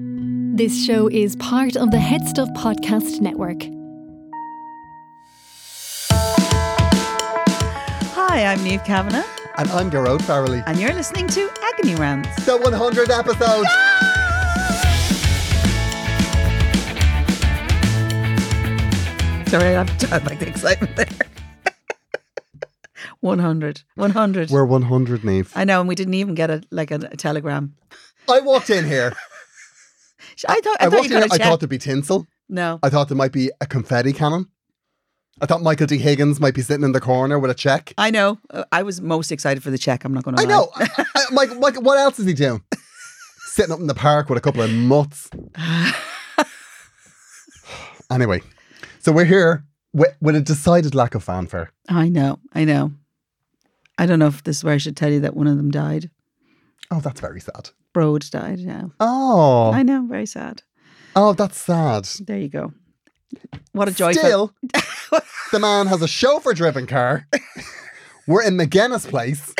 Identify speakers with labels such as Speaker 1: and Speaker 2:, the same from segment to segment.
Speaker 1: This show is part of the Head Stuff Podcast Network.
Speaker 2: Hi, I'm Neve Kavanagh,
Speaker 3: And I'm Garrod Farrelly.
Speaker 2: and you're listening to Agony Rants.
Speaker 3: The 100 episode.
Speaker 2: Sorry, I have to turn back the excitement there. 100. 100.
Speaker 3: We're 100, Neve.
Speaker 2: I know, and we didn't even get a like a, a telegram.
Speaker 3: I walked in here.
Speaker 2: Sh- I thought I,
Speaker 3: I
Speaker 2: thought
Speaker 3: walked
Speaker 2: you
Speaker 3: in
Speaker 2: got
Speaker 3: here.
Speaker 2: a
Speaker 3: I
Speaker 2: check.
Speaker 3: thought there'd be tinsel.
Speaker 2: no,
Speaker 3: I thought there might be a confetti cannon. I thought Michael D. Higgins might be sitting in the corner with a check.
Speaker 2: I know. Uh, I was most excited for the check. I'm not going to.
Speaker 3: I know. I, I, Mike, Mike, what else is he doing? sitting up in the park with a couple of mutts. anyway, so we're here with, with a decided lack of fanfare.
Speaker 2: I know. I know. I don't know if this is where I should tell you that one of them died.
Speaker 3: Oh, that's very sad.
Speaker 2: Broad died. Yeah,
Speaker 3: Oh,
Speaker 2: I know. Very sad.
Speaker 3: oh, that's sad.
Speaker 2: There you go. What a joy! for-
Speaker 3: Still, the man has a chauffeur driven car. We're in McGuinness Place.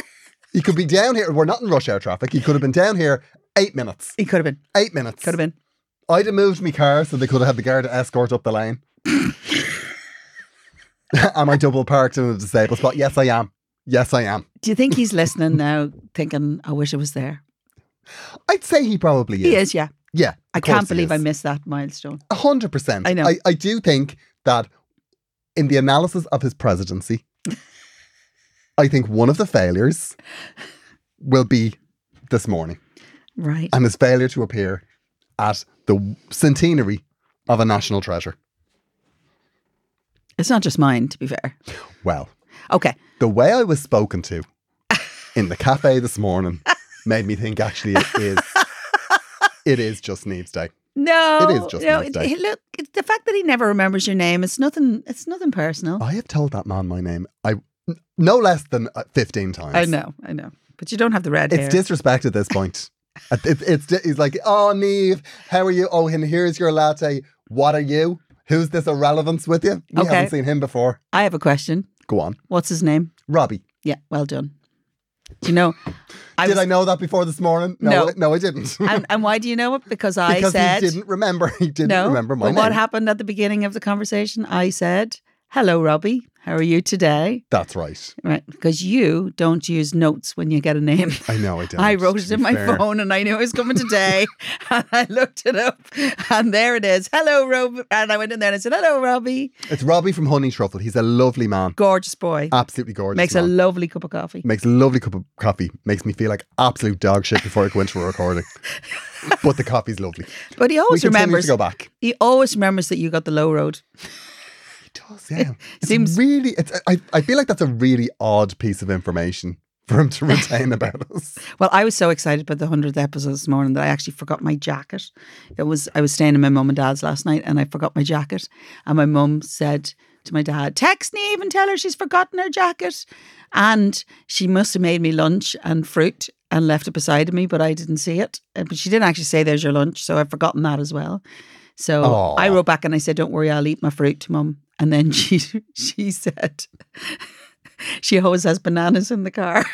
Speaker 3: He could be down here. We're not in rush hour traffic. He could have been down here eight minutes.
Speaker 2: he could have been.
Speaker 3: Eight minutes.
Speaker 2: Could have been.
Speaker 3: I'd have moved my car so they could have had the guard escort up the lane. am I double parked in a disabled spot? Yes, I am. Yes, I am.
Speaker 2: Do you think he's listening now, thinking, "I wish I was there"?
Speaker 3: I'd say he probably is.
Speaker 2: He is, yeah.
Speaker 3: Yeah.
Speaker 2: I
Speaker 3: of course
Speaker 2: can't
Speaker 3: he
Speaker 2: believe I
Speaker 3: is.
Speaker 2: missed that milestone.
Speaker 3: A hundred percent.
Speaker 2: I know.
Speaker 3: I, I do think that in the analysis of his presidency, I think one of the failures will be this morning
Speaker 2: Right.
Speaker 3: and his failure to appear at the centenary of a national treasure.
Speaker 2: It's not just mine, to be fair.
Speaker 3: Well,
Speaker 2: Okay.
Speaker 3: the way I was spoken to in the cafe this morning made me think actually it is it is just Neve's day.
Speaker 2: No,
Speaker 3: It is just
Speaker 2: no.
Speaker 3: an
Speaker 2: It,
Speaker 3: update.
Speaker 2: it- look, it's the fact that he never remembers your name, it's nothing. It's nothing personal.
Speaker 3: I have told that man my name I n- no less than uh, fifteen times.
Speaker 2: I know, I know. But you don't have the red hair.
Speaker 3: It's disrespect at this point. At- it- it's di- he's like, oh Neve, how are you? Oh, and here's your latte. What are you? Who's this irrelevance with you? We
Speaker 2: Okay.
Speaker 3: haven't seen him before.
Speaker 2: I have a question.
Speaker 3: Go on,
Speaker 2: What's his name?
Speaker 3: Robbie.
Speaker 2: Yeah, well done. Do you know? I
Speaker 3: did
Speaker 2: was-
Speaker 3: I know that before this morning?
Speaker 2: No.
Speaker 3: no, I didn't.
Speaker 2: and, and why do you know it? Because I
Speaker 3: because
Speaker 2: said
Speaker 3: he didn't remember. He didn't
Speaker 2: no.
Speaker 3: remember my
Speaker 2: but
Speaker 3: name.
Speaker 2: what happened at the beginning of the conversation? I said, "Hello, Robbie. How are you today?"
Speaker 3: That's right.
Speaker 2: Right? Because you don't use notes when you get a name.
Speaker 3: I know I did.
Speaker 2: I wrote it in my phone and I knew it was coming today. and I looked it up and there it is. Hello, Rob. And I went in there and I said, Hello, Robbie.
Speaker 3: It's Robbie from Honey Truffle. He's a lovely man.
Speaker 2: Gorgeous boy.
Speaker 3: Absolutely gorgeous.
Speaker 2: Makes a
Speaker 3: man.
Speaker 2: lovely cup of coffee.
Speaker 3: makes a lovely cup of coffee. Makes me feel like absolute dog shit before I go into a recording. but the coffee's lovely.
Speaker 2: But he
Speaker 3: Mm. We
Speaker 2: always
Speaker 3: continue
Speaker 2: remembers
Speaker 3: to go back.
Speaker 2: he always remembers that you got the low road.
Speaker 3: does, yeah. It's
Speaker 2: seems-
Speaker 3: really. It's, I I feel like that's a really odd piece of information for him to retain about us.
Speaker 2: Well, I was so excited about the hundredth episode this morning that I actually forgot my jacket. It was I was staying in my mum and dad's last night and I forgot my jacket. And my mum said to my dad, Text Neve and tell her she's forgotten her jacket. And she must have made me lunch and fruit and left it beside me, but I didn't see it. Uh, But she didn't actually say there's your lunch, so I've forgotten that as well. So
Speaker 3: Aw.
Speaker 2: I wrote back and I said, Don't worry, I'll eat my fruit, mum. And then she she said she always has bananas in the car.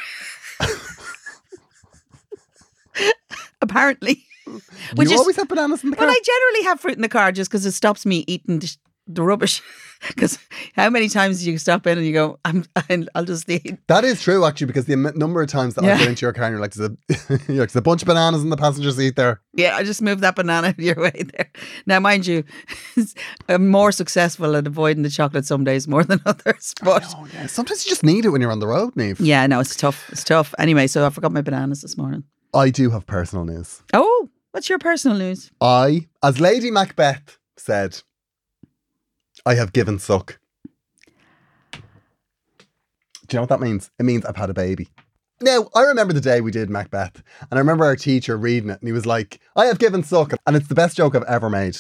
Speaker 2: Apparently.
Speaker 3: Do
Speaker 2: Which
Speaker 3: you
Speaker 2: is-
Speaker 3: always have bananas in the car?
Speaker 2: But I generally have fruit in the car just because it stops me eating the, sh- the rubbish. Because how many times do you stop in and you go, I'm, I'll just eat.
Speaker 3: that is true, actually, because the am- number of times that
Speaker 2: Yeah.
Speaker 3: I get into your car and you're like, there's a, you're like, there's a bunch of bananas in the passenger seat there.
Speaker 2: Yeah, I just moved that banana your way there. Now, mind you, I'm more successful at avoiding the chocolate some days more than others. But
Speaker 3: Oh, yeah. Sometimes you just need it when you're on the road, Neve.
Speaker 2: yeah, no, it's tough. It's tough. Anyway, so I forgot my bananas this morning.
Speaker 3: I do have personal news.
Speaker 2: Oh, what's your personal news?
Speaker 3: I, as Lady Macbeth said, I have given suck. Do you know what that means? It means I've had a baby. Now, I remember the day we did Macbeth, and I remember our teacher reading it, and he was like, I have given suck. And it's the best joke I've ever made.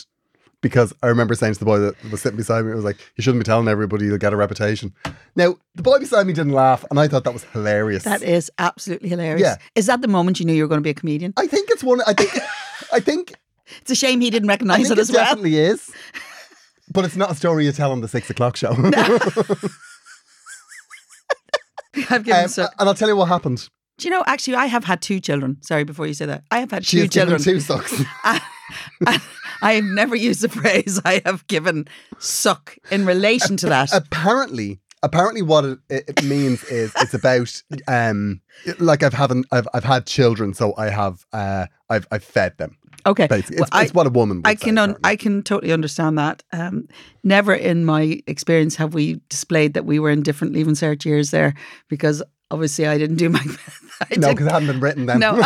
Speaker 3: Because I remember saying to the boy that was sitting beside me, it was like, You shouldn't be telling everybody you'll get a reputation. Now, the boy beside me didn't laugh, and I thought that was hilarious.
Speaker 2: That is absolutely hilarious.
Speaker 3: Yeah.
Speaker 2: Is that the moment you knew you were going to be a comedian?
Speaker 3: I think it's one, I think, I think
Speaker 2: It's a shame he didn't
Speaker 3: I
Speaker 2: recognize it
Speaker 3: think
Speaker 2: as
Speaker 3: it
Speaker 2: well.
Speaker 3: definitely is. But it's not a story you tell on the six o'clock show. Um,
Speaker 2: I've given
Speaker 3: Um,
Speaker 2: so-
Speaker 3: and I'll tell you what happened.
Speaker 2: Do you know, actually, I have had two children. Sorry, before you say that, I have had
Speaker 3: She
Speaker 2: two
Speaker 3: has given
Speaker 2: children.
Speaker 3: two socks.
Speaker 2: I have never used the phrase I have given suck in relation to that.
Speaker 3: Uh, apparently apparently what it, it it means is it's about um like i've haven't i've, I've had children so i have uh i've i've fed them
Speaker 2: Okay.
Speaker 3: basically
Speaker 2: Well,
Speaker 3: it's,
Speaker 2: I-
Speaker 3: it's what a woman would
Speaker 2: I
Speaker 3: say,
Speaker 2: can un-
Speaker 3: apparently.
Speaker 2: I can totally understand that. Um, never in my experience have we displayed that we were in different leaving cert years there because obviously I didn't do my I
Speaker 3: no
Speaker 2: didn't-
Speaker 3: because it hadn't been written then
Speaker 2: no.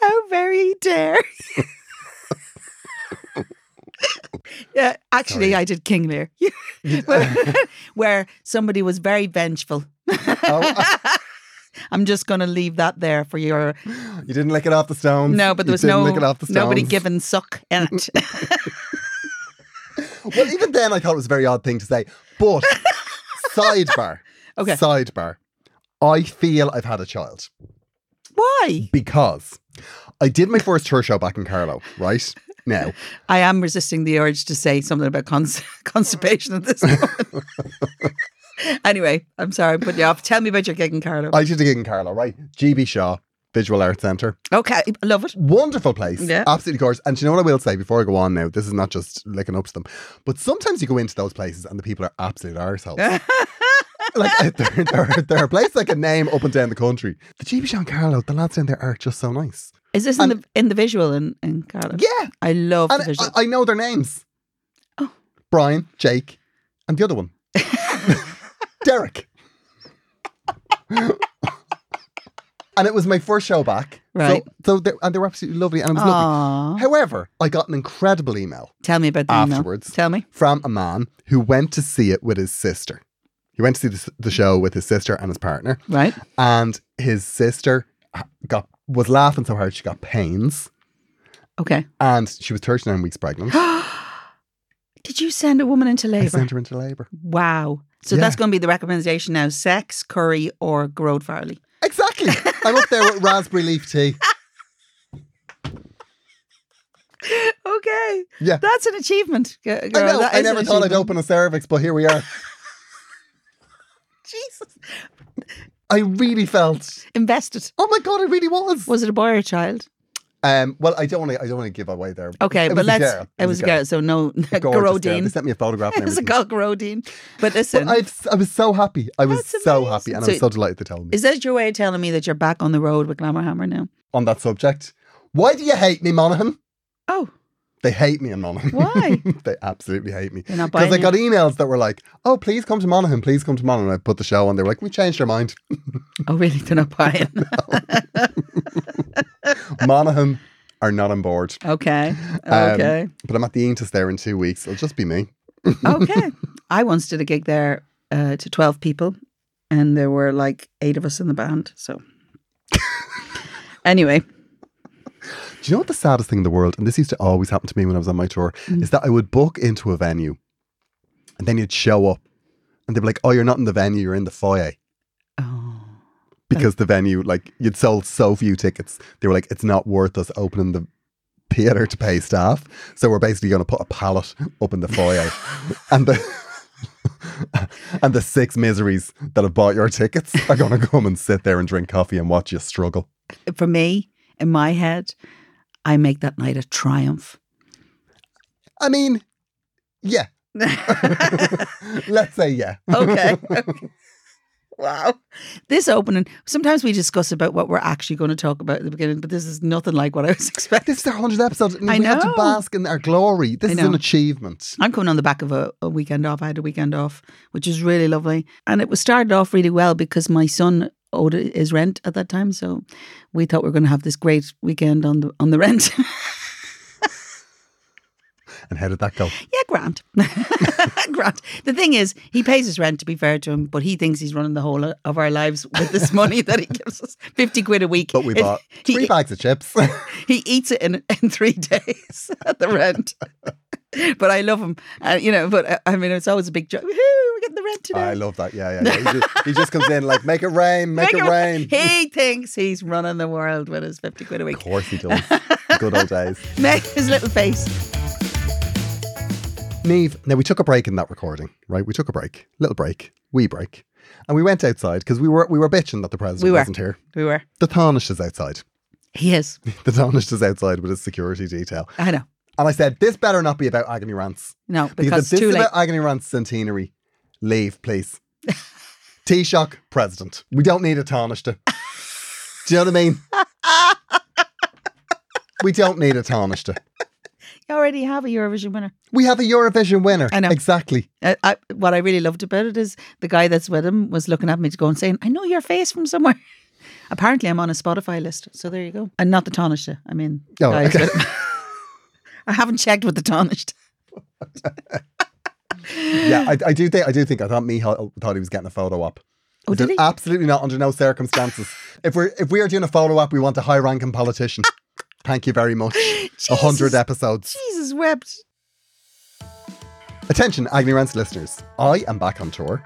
Speaker 2: How very dare you. Yeah, actually,
Speaker 3: Sorry.
Speaker 2: I did King Lear, where, where somebody was very vengeful.
Speaker 3: Oh.
Speaker 2: I'm just going to leave that there for your
Speaker 3: you didn't lick it off the stones
Speaker 2: no, but
Speaker 3: You
Speaker 2: there was
Speaker 3: didn't
Speaker 2: no
Speaker 3: lick it off the
Speaker 2: nobody
Speaker 3: stones.
Speaker 2: given suck in it.
Speaker 3: well even then i thought it was a very odd thing to say but sidebar
Speaker 2: Okay.
Speaker 3: sidebar i feel i've had a child
Speaker 2: Why?
Speaker 3: because i did my first tour show back in carlo right now
Speaker 2: I am resisting the urge to say something about cons- constipation at this moment. anyway, I'm sorry I'm putting you off. Tell me about your gig in Carlo.
Speaker 3: i did a gig in carlo right gb shaw visual arts centre
Speaker 2: okay, I love it.
Speaker 3: Wonderful place.
Speaker 2: Yeah.
Speaker 3: Absolutely gorgeous. And do you know what I will say before I go on now? This is not just licking up to them, but sometimes you go into those places and the people are absolute arseholes. like, uh, I- there, there, are- there are places I can name up and down the country. The GB Sean Carlo, the lads down there are just so nice.
Speaker 2: Is this in the in the visual in, in Carlo?
Speaker 3: Yeah.
Speaker 2: I love the
Speaker 3: And
Speaker 2: visual.
Speaker 3: I, I know their names
Speaker 2: Oh.
Speaker 3: Brian, Jake, and the other one, Derek. and it was my first show back.
Speaker 2: Right.
Speaker 3: So, so they, and they were absolutely lovely. And it was lovely.
Speaker 2: Aw.
Speaker 3: However, I got an incredible email
Speaker 2: Tell me about the email.
Speaker 3: Afterwards.
Speaker 2: Tell me.
Speaker 3: from a man who went to see it with his sister. He went to see the, s- the show with his sister and his partner,
Speaker 2: Right.
Speaker 3: and his sister ha- got was laughing so hard she got pains,
Speaker 2: Okay.
Speaker 3: and she was 39 weeks pregnant.
Speaker 2: Did you send a woman into
Speaker 3: I
Speaker 2: labour?
Speaker 3: sent her into labour.
Speaker 2: Wow. So
Speaker 3: Yeah.
Speaker 2: that's going to be the recommendation now: sex, curry, or growed barley.
Speaker 3: Exactly. I'm up there with raspberry leaf tea.
Speaker 2: Okay.
Speaker 3: Yeah.
Speaker 2: That's an achievement. g- Girl.
Speaker 3: I know.
Speaker 2: That is
Speaker 3: I
Speaker 2: an
Speaker 3: never thought I'd
Speaker 2: achievement.
Speaker 3: open a cervix, but here we are.
Speaker 2: Jesus.
Speaker 3: I really felt.
Speaker 2: Invested.
Speaker 3: Oh my god! I really was.
Speaker 2: Was it a boy or a child?
Speaker 3: Um. Well, I don't want to. I don't want to give away there.
Speaker 2: Okay,
Speaker 3: It
Speaker 2: but
Speaker 3: was a
Speaker 2: let's.
Speaker 3: girl.
Speaker 2: It was Oh, a girl, so no
Speaker 3: Gorgeous girl. They
Speaker 2: Garodine.
Speaker 3: sent me a photograph. And
Speaker 2: It's a
Speaker 3: everything.
Speaker 2: girl Garodine. But listen,
Speaker 3: But I've, I was so happy. I was
Speaker 2: That's
Speaker 3: so
Speaker 2: amazing.
Speaker 3: happy, and
Speaker 2: So-
Speaker 3: I was so delighted to tell them
Speaker 2: is that your way of telling me that you're back on the road with Glamour Hammer now?
Speaker 3: on that subject. Why do you hate me, Monaghan?
Speaker 2: Oh,
Speaker 3: They hate me in Monaghan.
Speaker 2: Why?
Speaker 3: they absolutely hate me.
Speaker 2: you're not buying.
Speaker 3: Because I
Speaker 2: it.
Speaker 3: got emails that were like, "Oh, please come to Monaghan, please come to Monaghan." I put the show on. They were like, "We changed our mind.
Speaker 2: Oh, really? They're not buying.
Speaker 3: Monaghan are not on board."
Speaker 2: okay.
Speaker 3: Um,
Speaker 2: Okay.
Speaker 3: But I'm at the Aentus there in two weeks. It'll just be me.
Speaker 2: okay. I once did a gig there uh, to 12 people, and there were like eight of us in the band. So, anyway,
Speaker 3: Do you know what the saddest thing in the world? And this used to always happen to me when I was on my tour is that I would book into a venue, and then you'd show up, and they'd be like, "Oh, you're not in the venue. You're in the foyer."
Speaker 2: oh,
Speaker 3: because the venue, like you'd sold so few tickets, they were like, it's not worth us opening the theater to pay staff. So we're basically going to put a pallet up in the foyer, and the and the six miseries that have bought your tickets are going to come and sit there and drink coffee and watch you struggle.
Speaker 2: for me, in my head, I make that night a triumph.
Speaker 3: I mean, yeah, let's say yeah.
Speaker 2: okay. Wow. This opening, sometimes we discuss about what we're actually going to talk about at the beginning, but this is nothing like what I was expecting.
Speaker 3: This is our hundredth episode. and
Speaker 2: I
Speaker 3: we have to
Speaker 2: know.
Speaker 3: bask in our glory. This
Speaker 2: I
Speaker 3: is
Speaker 2: know.
Speaker 3: an achievement.
Speaker 2: I'm coming on the back of a, a weekend off. I had a weekend off, which was really lovely. And it was started off really well because my son owed his rent at that time. So we thought we were going to have this great weekend on the on the rent.
Speaker 3: And how did that go?
Speaker 2: Yeah, Grant. Grant. The thing is, he pays his rent, to be fair to him, but he thinks he's running the whole of our lives with this money that he gives us 50 quid a week.
Speaker 3: But we
Speaker 2: If-
Speaker 3: bought
Speaker 2: he-
Speaker 3: three bags of chips.
Speaker 2: He eats it in, in three days at the rent. but I love him. Uh, you know, but uh, I mean, it's always a big joke. Woohoo, we're getting the rent today.
Speaker 3: I love that. Yeah, yeah. yeah. He, ju- he just, comes in like, make it rain, make, it rain.
Speaker 2: He thinks he's running the world with his 50 quid a week.
Speaker 3: Of course he does. Good old days.
Speaker 2: Make his little face.
Speaker 3: Neve, now we took a break in that recording, right? We took a break, little break, wee break, and we went outside because we were we were bitching that the president
Speaker 2: We were.
Speaker 3: wasn't here.
Speaker 2: We were.
Speaker 3: The tarnished is outside.
Speaker 2: He is.
Speaker 3: The tarnished is outside with his security detail,
Speaker 2: I know.
Speaker 3: and I said this better not be about agony rants
Speaker 2: No,
Speaker 3: because,
Speaker 2: because
Speaker 3: if this
Speaker 2: too
Speaker 3: is
Speaker 2: late.
Speaker 3: about agony rants centenary. Leave, please. T shock president. We don't need a tarnished. Do you know what I mean? we don't need a tarnished.
Speaker 2: You already have a Eurovision winner.
Speaker 3: We have a Eurovision winner.
Speaker 2: I know.
Speaker 3: exactly.
Speaker 2: Uh, I, what I really loved about it is the guy that's with him was looking at me to go and saying, I know your face from somewhere. Apparently, I'm on a Spotify list. So there you go. And not the tarnished. I mean, the
Speaker 3: Oh,
Speaker 2: guy that's
Speaker 3: okay.
Speaker 2: with him. I haven't checked with the tarnished.
Speaker 3: yeah, I, I do think I do think I thought Michal thought he was getting a photo op.
Speaker 2: Oh, did
Speaker 3: There's
Speaker 2: he?
Speaker 3: Absolutely not under no circumstances. if we're if we are doing a photo op, we want a high ranking politician. Thank you very much. A hundred
Speaker 2: Jesus.
Speaker 3: episodes.
Speaker 2: Jesus wept.
Speaker 3: Attention, Agni Rants listeners. I am back on tour.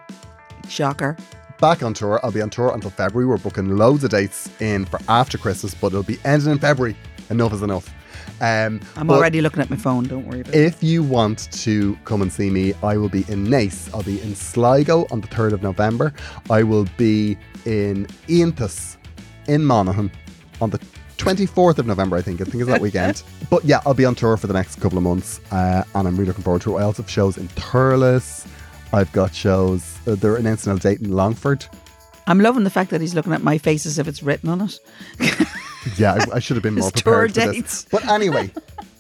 Speaker 2: Shocker.
Speaker 3: Back on tour. I'll be on tour until February. We're booking loads of dates in for after Christmas, but it'll be ending in February. Enough is enough. Um,
Speaker 2: I'm
Speaker 3: but-
Speaker 2: already looking at my phone. Don't worry about it.
Speaker 3: If you want to come and see me, I will be in Nace. I'll be in Sligo on the 3rd of November. I will be in Aentus in Monaghan on the 24th of November, I think. I think it's that weekend. But yeah, I'll be on tour for the next couple of months uh, and I'm really looking forward to it. I also have shows in Turles. I've got shows, uh, they're announcing a date in Longford.
Speaker 2: I'm loving the fact that he's looking at my face as if it's written on it.
Speaker 3: Yeah, I, I should have been more
Speaker 2: His tour
Speaker 3: prepared for
Speaker 2: dates.
Speaker 3: this. But anyway,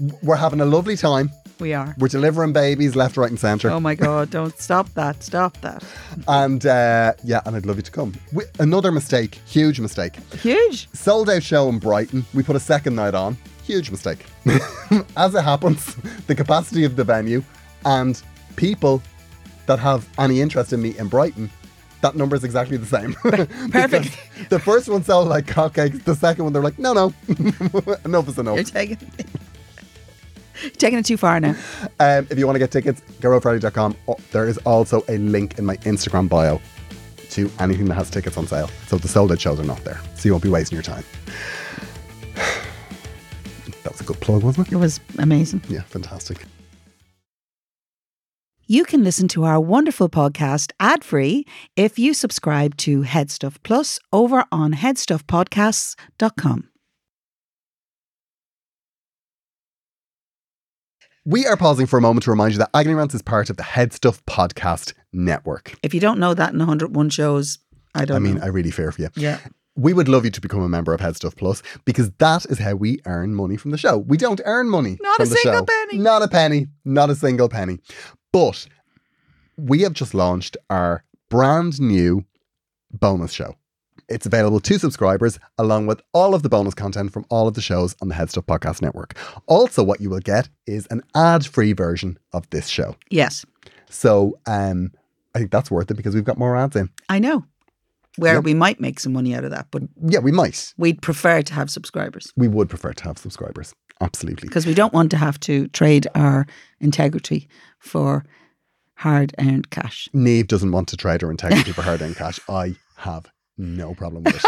Speaker 3: w- we're having a lovely time.
Speaker 2: We are.
Speaker 3: We're delivering babies left, right, and centre.
Speaker 2: Oh my God. Don't stop that. Stop that.
Speaker 3: And uh, yeah, and I'd love you to come. We, another mistake, huge mistake.
Speaker 2: Huge.
Speaker 3: Sold out show in Brighton. We put a second night on. Huge mistake. As it happens, the capacity of the venue and people that have any interest in me in Brighton, that number is exactly the same. Because the first one sold like hotcakes. The second one, they're like, no, no, enough is enough.
Speaker 2: You're taking, taking it too far now.
Speaker 3: Um, if you want to get tickets, garofriday.com. Oh, There is also a link in my Instagram bio to anything that has tickets on sale. So the sold out shows are not there. So you won't be wasting your time. that was a good plug, wasn't it?
Speaker 2: It was amazing.
Speaker 3: Yeah, fantastic.
Speaker 2: You can listen to our wonderful podcast ad free if you subscribe to Headstuff Plus over on headstuffpodcasts.com.
Speaker 3: We are pausing for a moment to remind you that Agony Rants is part of the Head Stuff Podcast Network.
Speaker 2: If you don't know that in 101 shows, I don't
Speaker 3: I mean,
Speaker 2: know.
Speaker 3: I really fear for you.
Speaker 2: yeah.
Speaker 3: We would love you to become a member of Head Stuff Plus because that is how we earn money from the show. We don't earn money.
Speaker 2: Not a
Speaker 3: from the
Speaker 2: single
Speaker 3: show.
Speaker 2: penny.
Speaker 3: Not a penny. Not a single penny. But we have just launched our brand new bonus show. It's available to subscribers along with all of the bonus content from all of the shows on the Head Stuff Podcast Network. Also, what you will get is an ad free version of this show.
Speaker 2: Yes,
Speaker 3: So um, I think that's worth it because we've got more ads in.
Speaker 2: I know. Where
Speaker 3: Yeah.
Speaker 2: we might make some money out of that, but
Speaker 3: Yeah, we might.
Speaker 2: we'd prefer to have subscribers
Speaker 3: We would prefer to have subscribers. Absolutely.
Speaker 2: because we don't want to have to trade our integrity for hard earned cash.
Speaker 3: Neve doesn't want to trade her integrity for hard earned cash. I have no problem with it.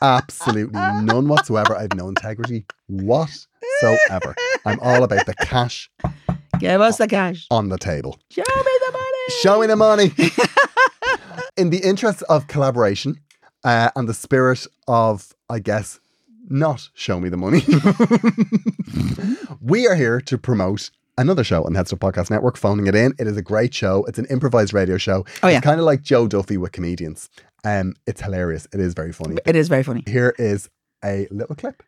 Speaker 3: Absolutely none whatsoever. I have no integrity whatsoever. I'm all about the cash
Speaker 2: Give us the cash.
Speaker 3: on the table.
Speaker 2: Show me the money.
Speaker 3: Show me the money. In the interest of collaboration uh, and the spirit of, I guess, not show me the money, we are here to promote another show on the Headstuff Podcast Network, Phoning It In. It is a great show. It's an improvised radio show.
Speaker 2: Oh, yeah.
Speaker 3: It's kind of like Joe Duffy with comedians. Um, it's hilarious. It is very funny.
Speaker 2: It is very funny.
Speaker 3: Here is a little clip.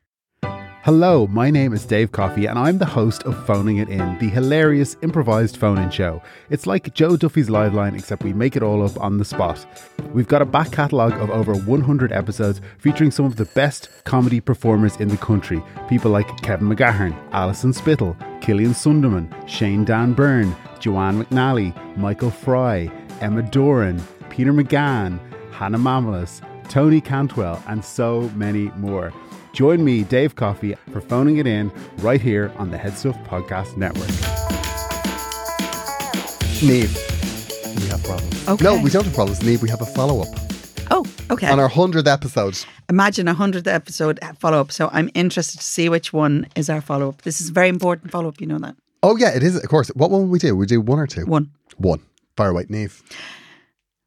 Speaker 4: Hello, my name is Dave Coffey, and I'm the host of Phoning It In, the hilarious improvised phone in show. It's like Joe Duffy's Live Line, except we make it all up on the spot. We've got a back catalogue of over 100 episodes featuring some of the best comedy performers in the country. People like Kevin McGahern, Alison Spittle, Killian Sunderman, Shane Dan Byrne, Joanne McNally, Michael Fry, Emma Doran, Peter McGann, Hannah Mamalis, Tony Cantwell, and so many more. Join me, Dave Coffey, for phoning it in right here on the Headstuff Podcast Network.
Speaker 3: Neve, we have problems.
Speaker 2: Okay.
Speaker 3: No, we don't have problems, Neve. We have a follow up
Speaker 2: Oh, okay.
Speaker 3: on our 100th episode.
Speaker 2: Imagine a 100th episode follow up. So I'm interested to see which one is our follow up. This is very important follow up, you know that.
Speaker 3: Oh yeah, it is. Of course. What will we do? We do one or two.
Speaker 2: One.
Speaker 3: One. Fire away, Neve.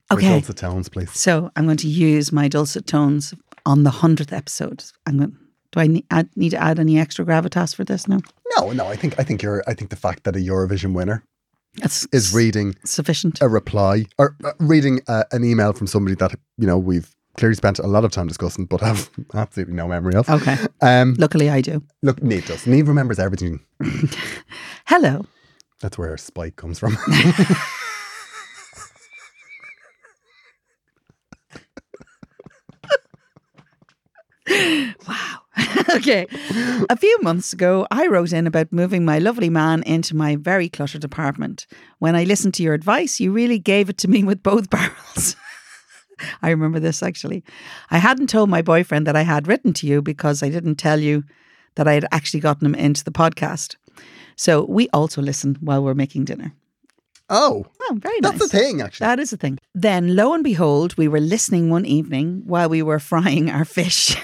Speaker 3: For
Speaker 2: Okay.
Speaker 3: Dulcet tones, please.
Speaker 2: So I'm going to use my dulcet tones on the hundredth episode. I'm going. Do I need, add, need to add any extra gravitas for this? No,
Speaker 3: No, no. I think I think you're. I think the fact that a Eurovision winner
Speaker 2: that's
Speaker 3: is reading
Speaker 2: sufficient.
Speaker 3: a reply or uh, reading uh, an email from somebody that you know we've clearly spent a lot of time discussing, but have absolutely no memory of.
Speaker 2: Okay.
Speaker 3: Um,
Speaker 2: Luckily, I do.
Speaker 3: look, Neve does. Neve remembers everything.
Speaker 2: Hello.
Speaker 3: That's where her spike comes from.
Speaker 2: Wow. okay. A few months ago, I wrote in about moving my lovely man into my very cluttered apartment. When I listened to your advice, you really gave it to me with both barrels. I remember this actually. I hadn't told my boyfriend that I had written to you because I didn't tell you that I had actually gotten him into the podcast. So we also listen while we're making dinner.
Speaker 3: oh,
Speaker 2: Oh, very
Speaker 3: that's
Speaker 2: nice.
Speaker 3: the thing, actually.
Speaker 2: That is a thing. Then, lo and behold, we were listening one evening while we were frying our fish.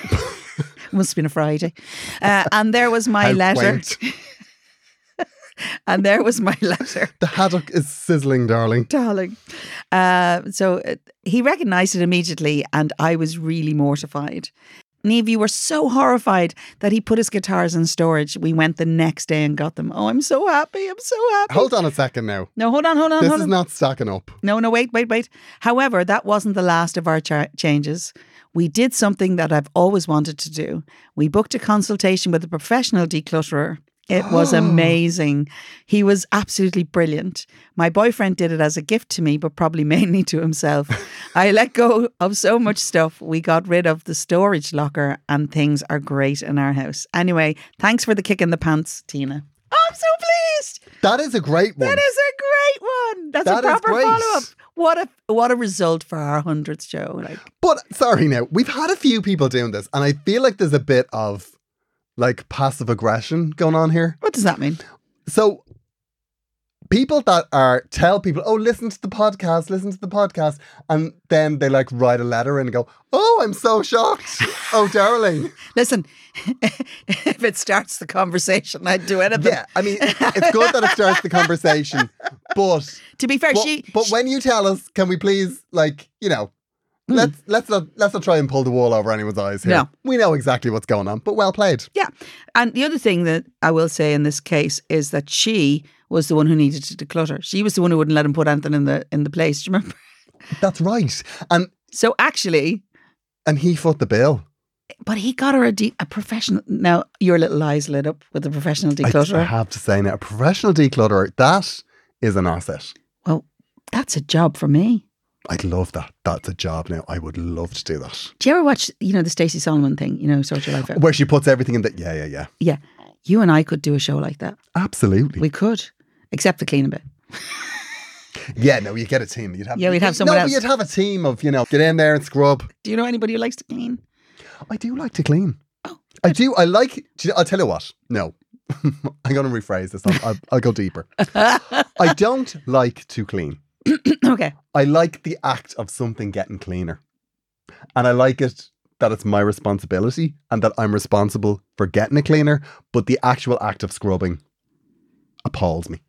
Speaker 2: Must have been a Friday. Uh, and there was my
Speaker 3: How
Speaker 2: letter.
Speaker 3: quaint.
Speaker 2: and there was my letter,
Speaker 3: The haddock is sizzling, darling.
Speaker 2: darling. Uh, so uh, he recognized it immediately, and I was really mortified. Neve, you were so horrified that he put his guitars in storage. We went the next day and got them. Oh, I'm so happy. I'm so happy.
Speaker 3: Hold on a second now.
Speaker 2: no, hold on, hold on,
Speaker 3: This
Speaker 2: hold
Speaker 3: is
Speaker 2: on.
Speaker 3: not stacking up.
Speaker 2: No, no, wait, wait, wait. However, that wasn't the last of our cha- changes. We did something that I've always wanted to do. We booked a consultation with a professional declutterer. It was amazing. He was absolutely brilliant. My boyfriend did it as a gift to me, but probably mainly to himself. I let go of so much stuff. We got rid of the storage locker, and things are great in our house. Anyway, thanks for the kick in the pants, Tina. I'm so pleased.
Speaker 3: That is a great one.
Speaker 2: That is a great one. That's
Speaker 3: That
Speaker 2: a
Speaker 3: is
Speaker 2: proper
Speaker 3: great.
Speaker 2: follow up. What a what a result for our hundredth show. Like
Speaker 3: But sorry now, we've had a few people doing this, and I feel like there's a bit of like passive aggression going on here.
Speaker 2: what does that mean?
Speaker 3: So people that are tell people, oh, listen to the podcast, listen to the podcast, and then they like write a letter and go, oh, I'm so shocked. Oh, darling.
Speaker 2: Listen, if it starts the conversation, I'd do anything.
Speaker 3: Yeah, I mean, it's good that it starts the conversation, but
Speaker 2: To be fair,
Speaker 3: but,
Speaker 2: she
Speaker 3: but when you tell us, can we please, like, you know, let's let's not let's not try and pull the wall over anyone's eyes here.
Speaker 2: Hmm. No.
Speaker 3: We know exactly what's going on, but well played.
Speaker 2: Yeah. And the other thing that I will say in this case is that she was the one who needed to declutter. She was the one who wouldn't let him put anything in the in the place. Do you remember?
Speaker 3: That's right. And
Speaker 2: So actually,
Speaker 3: and he foot the bill.
Speaker 2: but he got her a, de- a professional. Now your little eyes lit up with a professional
Speaker 3: I, I
Speaker 2: declutterer.
Speaker 3: have to say now, a professional declutterer, that is an asset.
Speaker 2: well, that's a job for me.
Speaker 3: I'd love that. That's a job now. I would love to do that.
Speaker 2: Do you ever watch, you know, the Stacey Solomon thing, you know, sort your life out?
Speaker 3: Where she puts everything in the Yeah, yeah, yeah.
Speaker 2: Yeah. You and I could do a show like that.
Speaker 3: Absolutely.
Speaker 2: We could, except the cleaning bit.
Speaker 3: yeah, no, you get a team. You'd have
Speaker 2: Yeah, we'd have
Speaker 3: no,
Speaker 2: someone
Speaker 3: but
Speaker 2: else.
Speaker 3: you'd have a team of, you know, get in there and scrub.
Speaker 2: Do you know anybody who likes to clean?
Speaker 3: I do like to clean.
Speaker 2: Oh,
Speaker 3: I do. I like. do you- I'll tell you what. No, I'm going to rephrase this. I'll, I'll, I'll go deeper. I don't like to clean.
Speaker 2: okay.
Speaker 3: I like the act of something getting cleaner. And I like it that it's my responsibility and that I'm responsible for getting it cleaner, but the actual act of scrubbing appalls me.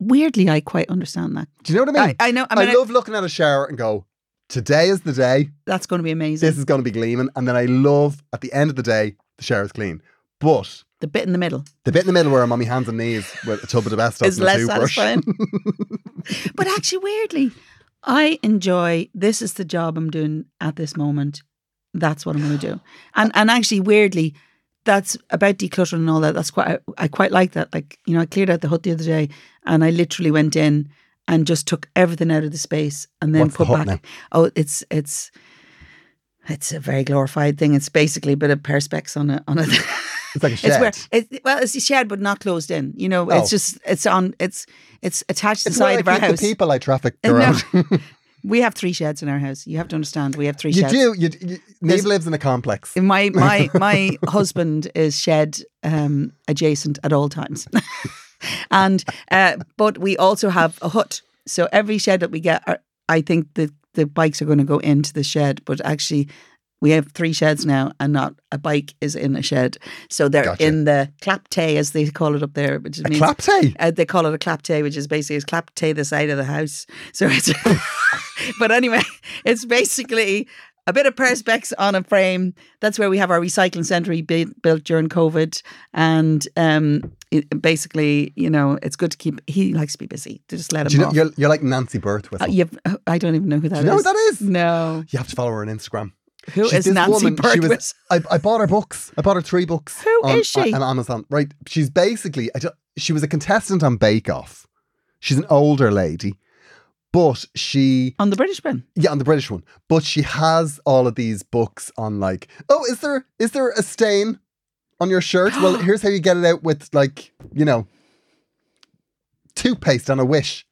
Speaker 2: Weirdly, I quite understand that.
Speaker 3: Do you know what I mean?
Speaker 2: I, I know. I
Speaker 3: I,
Speaker 2: mean, I
Speaker 3: love looking at a shower and go, today is the day,
Speaker 2: that's going to be amazing.
Speaker 3: this is going to be gleaming. And then I love at the end of the day, the shower is clean. But
Speaker 2: the bit in the middle
Speaker 3: the bit in the middle where I'm on my hands and knees with a tub of the best
Speaker 2: is
Speaker 3: and a
Speaker 2: less
Speaker 3: toothbrush.
Speaker 2: satisfying. but actually, weirdly, I enjoy this is the job I'm doing at this moment. That's what I'm going to do. And and actually, weirdly, that's about decluttering and all that. That's quite I, I quite like that. Like you know, I cleared out the hut the other day, and I literally went in and just took everything out of the space and then
Speaker 3: What's the
Speaker 2: put back.
Speaker 3: hut now?
Speaker 2: Oh, it's it's it's a very glorified thing. It's basically a bit of perspex on a on a.
Speaker 3: It's like a shed.
Speaker 2: It's where it, well, it's a shed, but not closed in. You know,
Speaker 3: Oh.
Speaker 2: it's just it's on it's it's attached to the
Speaker 3: It's where I
Speaker 2: side of our
Speaker 3: keep
Speaker 2: house.
Speaker 3: the people I traffic
Speaker 2: Uh, no.
Speaker 3: around.
Speaker 2: We have three sheds in our house. You have to understand. We have three
Speaker 3: You
Speaker 2: sheds.
Speaker 3: do. You, d- you, Neve
Speaker 2: There's-
Speaker 3: lives in a complex.
Speaker 2: My my my husband is shed um, adjacent at all times, and uh, but we also have a hut. uh, So every shed that we get, are, I think the the bikes are going to go into the shed. But actually, We have three sheds now, and not a bike is in a shed. So they're
Speaker 3: Gotcha.
Speaker 2: in the clapte, as they call it up there, which
Speaker 3: A
Speaker 2: means
Speaker 3: clapte.
Speaker 2: uh, they call it a clapte, which is basically it's clapte the side of the house. So it's, but anyway, it's basically a bit of perspex on a frame. That's where we have our recycling centre we bu- built during COVID, and um, it, basically, you know, it's good to keep. He likes to be busy. To just let him
Speaker 3: Do you know,
Speaker 2: off.
Speaker 3: you're, you're like Nancy Birtwistle.
Speaker 2: Uh, you've- I don't even know who that
Speaker 3: Do
Speaker 2: is.
Speaker 3: you know who that is?
Speaker 2: No,
Speaker 3: You have to follow her on Instagram.
Speaker 2: who is
Speaker 3: She's this
Speaker 2: Nancy
Speaker 3: woman, she was-
Speaker 2: Birdwith?
Speaker 3: I, I bought her books. I bought her three books.
Speaker 2: Who
Speaker 3: on,
Speaker 2: is she?
Speaker 3: On, Amazon. Right. She's basically, I don't- she was a contestant on Bake Off. She's an older lady, but she,
Speaker 2: On the British bin.
Speaker 3: yeah, on the British one, but she has all of these books on like, oh, is there is there a stain on your shirt? well, here's how you get it out with like, you know, toothpaste on a wish.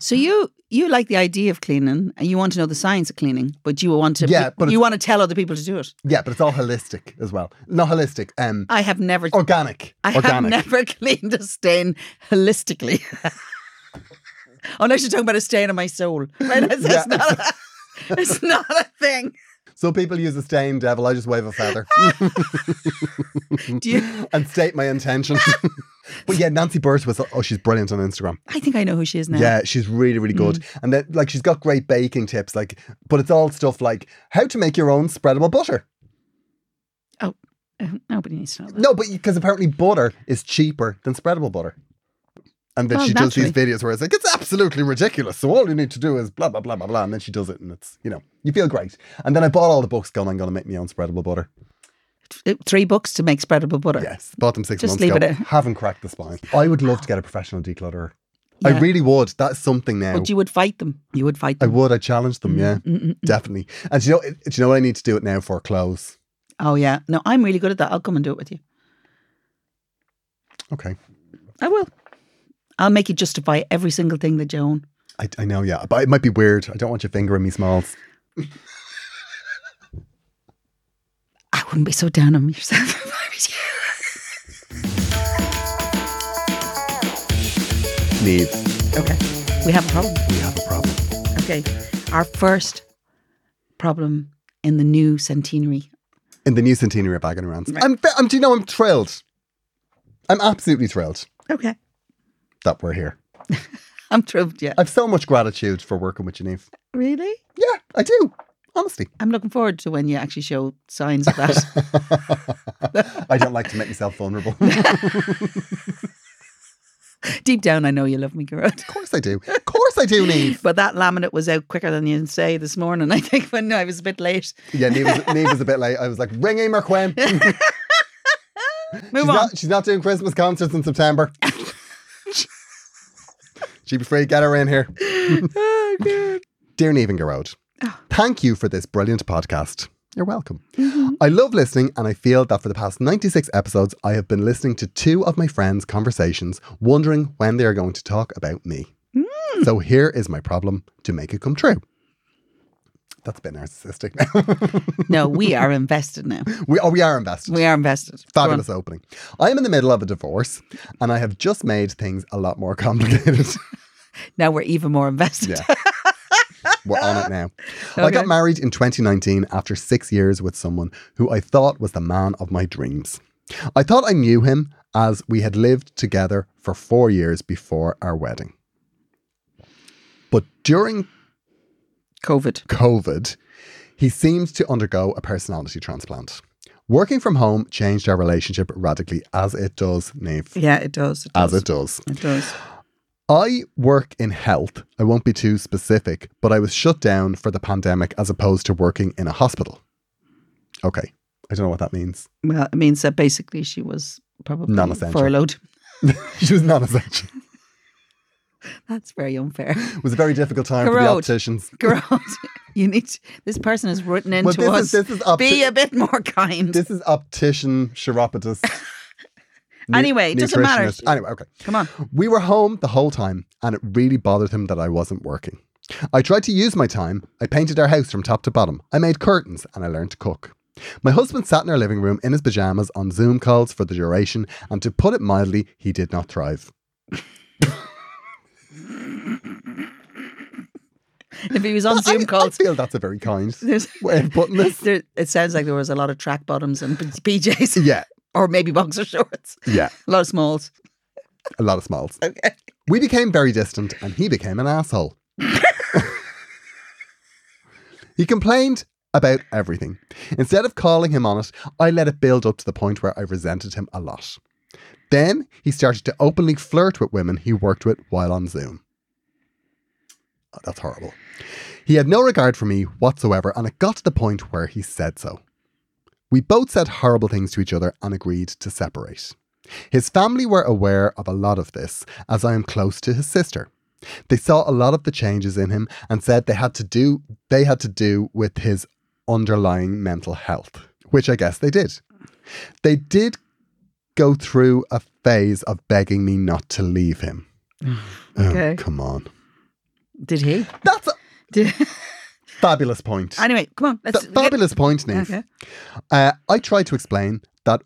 Speaker 2: So you you like the idea of cleaning, and you want to know the science of cleaning, but you want to
Speaker 3: Yeah, but
Speaker 2: you want to tell other people to do it.
Speaker 3: Yeah, but it's all holistic as well. Not holistic, um,
Speaker 2: I have never
Speaker 3: organic.
Speaker 2: I
Speaker 3: organic.
Speaker 2: have never cleaned a stain holistically. Unless you're talking about a stain on my soul. Right? It's, it's
Speaker 3: Yeah.
Speaker 2: not a, it's not a thing.
Speaker 3: Some people use a stain devil. I just wave a feather
Speaker 2: Do you,
Speaker 3: and state my intention. but yeah, Nancy Birtwistle. Oh, she's brilliant on Instagram.
Speaker 2: I think I know who she is now.
Speaker 3: Yeah, she's really, really good.
Speaker 2: Mm.
Speaker 3: And then, like, she's got great baking tips. Like, but it's all stuff like how to make your own spreadable butter.
Speaker 2: Uh, Nobody needs to know that.
Speaker 3: No, but because apparently butter is cheaper than spreadable butter. And then
Speaker 2: Well,
Speaker 3: she does these videos where it's like, it's absolutely ridiculous. So all you need to do is blah, blah, blah, blah, blah. And then she does it and it's, you know, you feel great. And then I bought all the books going, I'm going to make my own spreadable butter.
Speaker 2: Uh, Three books to make spreadable butter.
Speaker 3: Yes, bought them six
Speaker 2: Just
Speaker 3: months
Speaker 2: leave
Speaker 3: ago.
Speaker 2: it out.
Speaker 3: Haven't cracked the spine. I would love to get a professional declutterer. I
Speaker 2: Yeah.
Speaker 3: really would. That's something now.
Speaker 2: But you Mm, would fight them. You would fight
Speaker 3: I
Speaker 2: them.
Speaker 3: would. I challenge them. Yeah,
Speaker 2: Mm-mm.
Speaker 3: definitely. And do you know, do you know what I need to do it now for clothes?
Speaker 2: Oh, yeah. No, I'm really good at that. I'll come and do it with you.
Speaker 3: Okay,
Speaker 2: I will. I'll make you justify every single thing that you own.
Speaker 3: I, I know. Yeah, but it might be weird. I don't want your finger in me smalls.
Speaker 2: I wouldn't be so down on yourself if I was you.
Speaker 3: Needs.
Speaker 2: Okay. We have a problem.
Speaker 3: We have a problem.
Speaker 2: Okay. Our first problem in the new centenary.
Speaker 3: In the new centenary of Bagging Rants.
Speaker 2: Right.
Speaker 3: I'm, fe- I'm. Do you know? I'm thrilled. I'm absolutely thrilled
Speaker 2: Okay.
Speaker 3: that we're here.
Speaker 2: I'm thrilled, yeah.
Speaker 3: I've so much gratitude for working with Geneve.
Speaker 2: Really?
Speaker 3: Yeah, I do. Honestly,
Speaker 2: I'm looking forward to when you actually show signs of that.
Speaker 3: I don't like to make myself vulnerable.
Speaker 2: Deep down, I know you love me, Gerard.
Speaker 3: Of course I do. Of course I do, Neve.
Speaker 2: But that laminate was out quicker than you say this morning, I think, when I was a bit late.
Speaker 3: Yeah, Neve was, Neve was a bit late. I was like, ring Emer Quinn. She's
Speaker 2: Move on.
Speaker 3: not, she's not doing Christmas concerts in September. She'd be free. Get her in here.
Speaker 2: Oh, God.
Speaker 3: Dear Neve and Garode,
Speaker 2: Oh.
Speaker 3: thank you for this brilliant podcast. You're welcome.
Speaker 2: Mm-hmm.
Speaker 3: I love listening, and I feel that for the past 96 episodes, I have been listening to two of my friends' conversations, wondering when they are going to talk about me.
Speaker 2: Mm.
Speaker 3: So here is my problem to make it come true. That's a bit narcissistic now.
Speaker 2: No, we are invested now.
Speaker 3: we, oh, we are invested.
Speaker 2: We are invested. Go on.
Speaker 3: Fabulous opening. I am in the middle of a divorce and I have just made things a lot more complicated.
Speaker 2: Now we're even more invested.
Speaker 3: Yeah. We're on it now. I
Speaker 2: Okay.
Speaker 3: got married in 2019 after six years with someone who I thought was the man of my dreams. I thought I knew him as we had lived together for four years before our wedding. But during
Speaker 2: COVID.
Speaker 3: COVID, he seemed to undergo a personality transplant. Working from home changed our relationship radically, as it does, Nave.
Speaker 2: Yeah, it does. It
Speaker 3: As
Speaker 2: does.
Speaker 3: it does.
Speaker 2: It does.
Speaker 3: I work in health. I won't be too specific, but I was shut down for the pandemic as opposed to working in a hospital. Okay. I don't know what that means.
Speaker 2: Well, it means that basically she was probably
Speaker 3: Non-essential.
Speaker 2: furloughed.
Speaker 3: she was non essential.
Speaker 2: That's very unfair.
Speaker 3: It was a very difficult time for the
Speaker 2: Corrode.
Speaker 3: opticians.
Speaker 2: Gerard, you need this person has written into
Speaker 3: Well, this is,
Speaker 2: us.
Speaker 3: this is, opti-
Speaker 2: Be a bit more kind.
Speaker 3: this is optician chiropodist. Nu-
Speaker 2: Anyway, it doesn't matter.
Speaker 3: nutritionist. Anyway, okay.
Speaker 2: Come on.
Speaker 3: We were home the whole time, and it really bothered him that I wasn't working. I tried to use my time. I painted our house from top to bottom. I made curtains, and I learned to cook. My husband sat in our living room in his pajamas on Zoom calls for the duration, and to put it mildly, he did not thrive.
Speaker 2: If he was on
Speaker 3: I-
Speaker 2: Zoom calls,
Speaker 3: I feel that's a very kind
Speaker 2: there's,
Speaker 3: way of putting this.
Speaker 2: there, it sounds like there was a lot of track bottoms and p- PJs
Speaker 3: Yeah,
Speaker 2: or maybe boxer shorts,
Speaker 3: yeah,
Speaker 2: a lot of smalls.
Speaker 3: a lot of smiles.
Speaker 2: Okay.
Speaker 3: We became very distant and he became an asshole. he complained about everything. Instead of calling him on it, I let it build up to the point where I resented him a lot. Then he started to openly flirt with women he worked with while on Zoom. Oh, that's horrible. He had no regard for me whatsoever, and it got to the point where he said so. We both said horrible things to each other and agreed to separate. His family were aware of a lot of this, as I am close to his sister. They saw a lot of the changes in him and said they had to do they had to do with his underlying mental health, which I guess they did. They did go through a phase of begging me not to leave him. Oh,
Speaker 2: Okay.
Speaker 3: come on.
Speaker 2: Did he?
Speaker 3: That's a
Speaker 2: Did,
Speaker 3: fabulous point.
Speaker 2: anyway, come on. Let's
Speaker 3: Th- fabulous point, Neve.
Speaker 2: Okay.
Speaker 3: Uh, I tried to explain that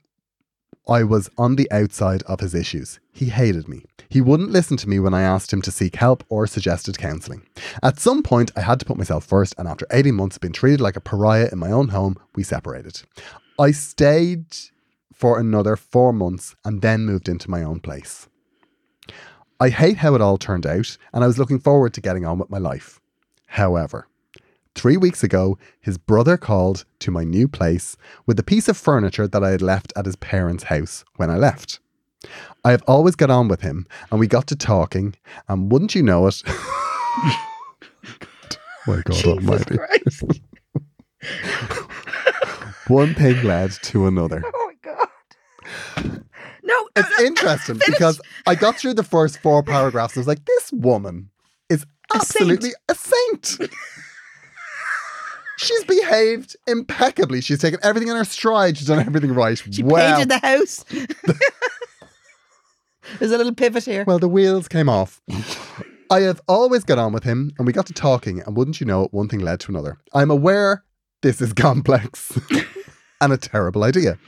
Speaker 3: I was on the outside of his issues. He hated me. He wouldn't listen to me when I asked him to seek help or suggested counselling. At some point, I had to put myself first, and after 18 months of being treated like a pariah in my own home, we separated. I stayed for another four months and then moved into my own place. I hate how it all turned out, and I was looking forward to getting on with my life. However, Three weeks ago, his brother called to my new place with a piece of furniture that I had left at his parents' house when I left. I have always got on with him, and we got to talking, and wouldn't you know it? my God Almighty!
Speaker 2: Christ.
Speaker 3: One thing led to another.
Speaker 2: Oh my god. No, no,
Speaker 3: It's
Speaker 2: no.
Speaker 3: interesting because I got through the first four paragraphs. And I was like, this woman is absolutely a saint. She's behaved impeccably. She's taken everything in her stride. She's done everything right.
Speaker 2: she
Speaker 3: well,
Speaker 2: painted the house. There's a little pivot here.
Speaker 3: well, the wheels came off. I have always got on with him, and we got to talking, and wouldn't you know it, one thing led to another. I'm aware this is complex and a terrible idea.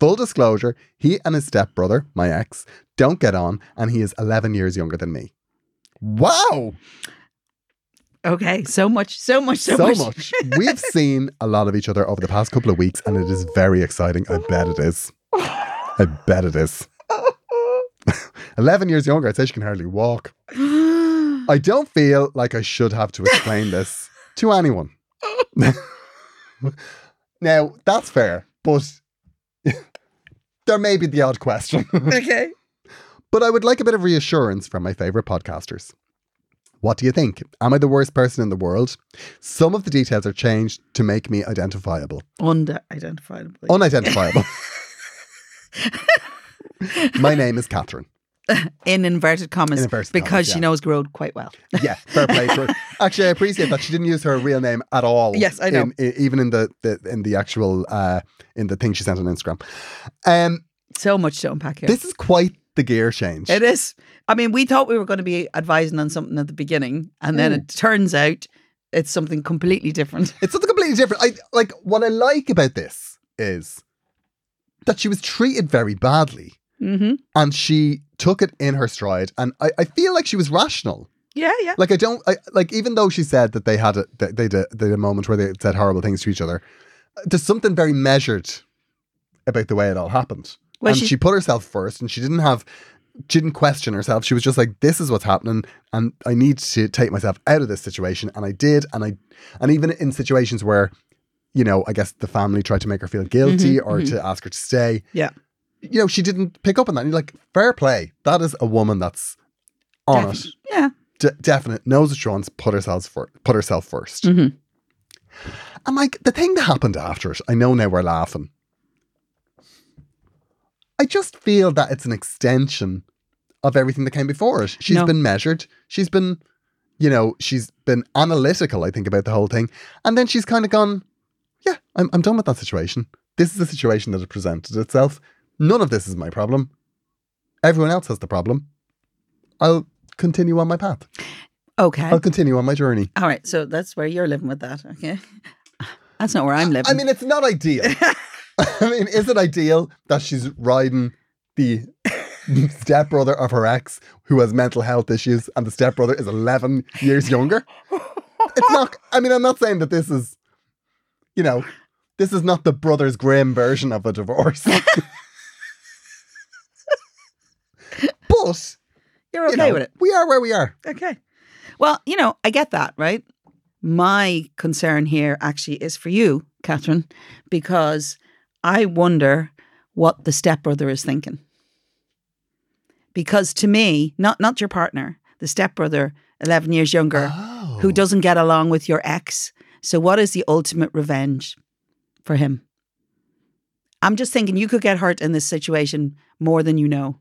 Speaker 3: Full disclosure, he and his stepbrother, my ex, don't get on, and he is 11 years younger than me. Wow!
Speaker 2: okay, so much, so much, so,
Speaker 3: So, much. We've seen a lot of each other over the past couple of weeks, and it is very exciting. I bet it is. I bet it is. 11 years younger, I'd say she can hardly walk. I don't feel like I should have to explain this to anyone. now, that's fair, but there may be the odd question.
Speaker 2: okay.
Speaker 3: but I would like a bit of reassurance from my favourite podcasters. What do you think? Am I the worst person in the world? Some of the details are changed to make me identifiable.
Speaker 2: Unidentifiable.
Speaker 3: Unidentifiable. my name is Catherine.
Speaker 2: in inverted commas,
Speaker 3: In inverted
Speaker 2: because
Speaker 3: commas,
Speaker 2: she
Speaker 3: yeah.
Speaker 2: knows Grode quite well.
Speaker 3: Yeah, fair play to her. Actually, I appreciate that she didn't use her real name at all.
Speaker 2: Yes, I know.
Speaker 3: In, i- even in the, the in the actual uh, in the thing she sent on Instagram. Um,
Speaker 2: So much to unpack here.
Speaker 3: this is quite the gear change.
Speaker 2: it is. I mean, we thought we were going to be advising on something at the beginning, and then it turns out it's something completely different.
Speaker 3: It's something completely different. I like what I like about this is that she was treated very badly,
Speaker 2: hmm
Speaker 3: and she took it in her stride. And I, I feel like she was rational.
Speaker 2: Yeah, yeah.
Speaker 3: Like I don't I, like even though she said that they had a that they did, they did a moment where they said horrible things to each other. There's something very measured about the way it all happened.
Speaker 2: Well,
Speaker 3: and
Speaker 2: she-
Speaker 3: she, put herself first, and she didn't have she didn't question herself. She was just like, "This is what's happening, and I need to take myself out of this situation." And I did, and I and even in situations where, you know, I guess the family tried to make her
Speaker 2: Mm-hmm,
Speaker 3: feel guilty or to ask her to stay.
Speaker 2: Yeah.
Speaker 3: You know, she didn't pick up on that. And you're like, fair play. That is a woman that's on it
Speaker 2: Yeah.
Speaker 3: de- definite knows what she wants. Put herself for put herself 1st
Speaker 2: Mhm.
Speaker 3: And like the thing that happened after it, I know now we're laughing. I just feel that it's an extension of everything that came before it. She's
Speaker 2: No.
Speaker 3: been measured. She's been, you know, she's been analytical. I think about the whole thing, and then she's kind of gone. Yeah, I'm I'm done with that situation. This is the situation that has presented itself. None of this is my problem. Everyone else has the problem. I'll continue on my path.
Speaker 2: Okay.
Speaker 3: I'll continue on my journey.
Speaker 2: All right. So that's where you're living with that. Okay. That's not where I'm living.
Speaker 3: I mean, it's not ideal. I mean, is it ideal that she's riding the stepbrother of her ex who has mental health issues and the stepbrother is 11 years younger? it's not. I mean, I'm not saying that this is, you know, this is not the Brothers Grimm version of a divorce. but
Speaker 2: You're
Speaker 3: you
Speaker 2: okay
Speaker 3: know,
Speaker 2: with it.
Speaker 3: we are where we are.
Speaker 2: Okay. Well, you know, I get that, right? My concern here actually is for you, Catherine, because I wonder what the stepbrother is thinking. Because to me, not not your partner, the stepbrother, eleven years younger,
Speaker 3: Oh.
Speaker 2: who doesn't get along with your ex. So what is the ultimate revenge for him? I'm just thinking you could get hurt in this situation more than you know.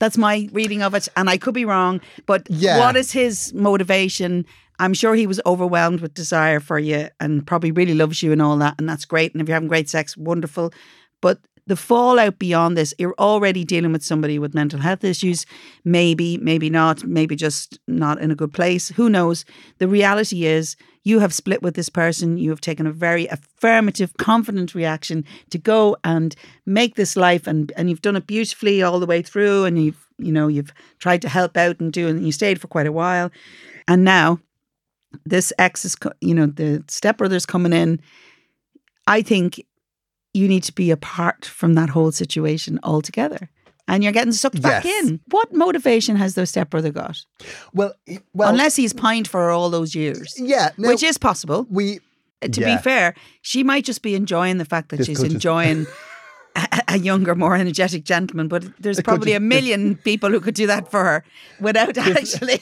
Speaker 2: That's my reading of it, and I could be wrong, but
Speaker 3: Yeah.
Speaker 2: what is his motivation? I'm sure he was overwhelmed with desire for you and probably really loves you and all that, and that's great. And if you're having great sex, wonderful. But the fallout beyond this, you're already dealing with somebody with mental health issues, maybe, maybe not, maybe just not in a good place. Who knows? The reality is you have split with this person. You have taken a very affirmative, confident reaction to go and make this life and, and you've done it beautifully all the way through and you've you know, you've tried to help out and do and you stayed for quite a while. And now this ex is co- you know, the stepbrother's coming in. I think you need to be apart from that whole situation altogether. And you're getting sucked back
Speaker 3: Yes.
Speaker 2: in. What motivation has the stepbrother got?
Speaker 3: Well, i- well,
Speaker 2: Unless he's pined for all those years,
Speaker 3: yeah, no,
Speaker 2: which is possible. Uh,
Speaker 3: we
Speaker 2: To
Speaker 3: Yeah.
Speaker 2: be fair, she might just be enjoying the fact that
Speaker 3: This
Speaker 2: she's
Speaker 3: could just-
Speaker 2: enjoying a, a younger, more energetic gentleman. But there's
Speaker 3: It could
Speaker 2: probably a
Speaker 3: just-
Speaker 2: million people who could do that for her without actually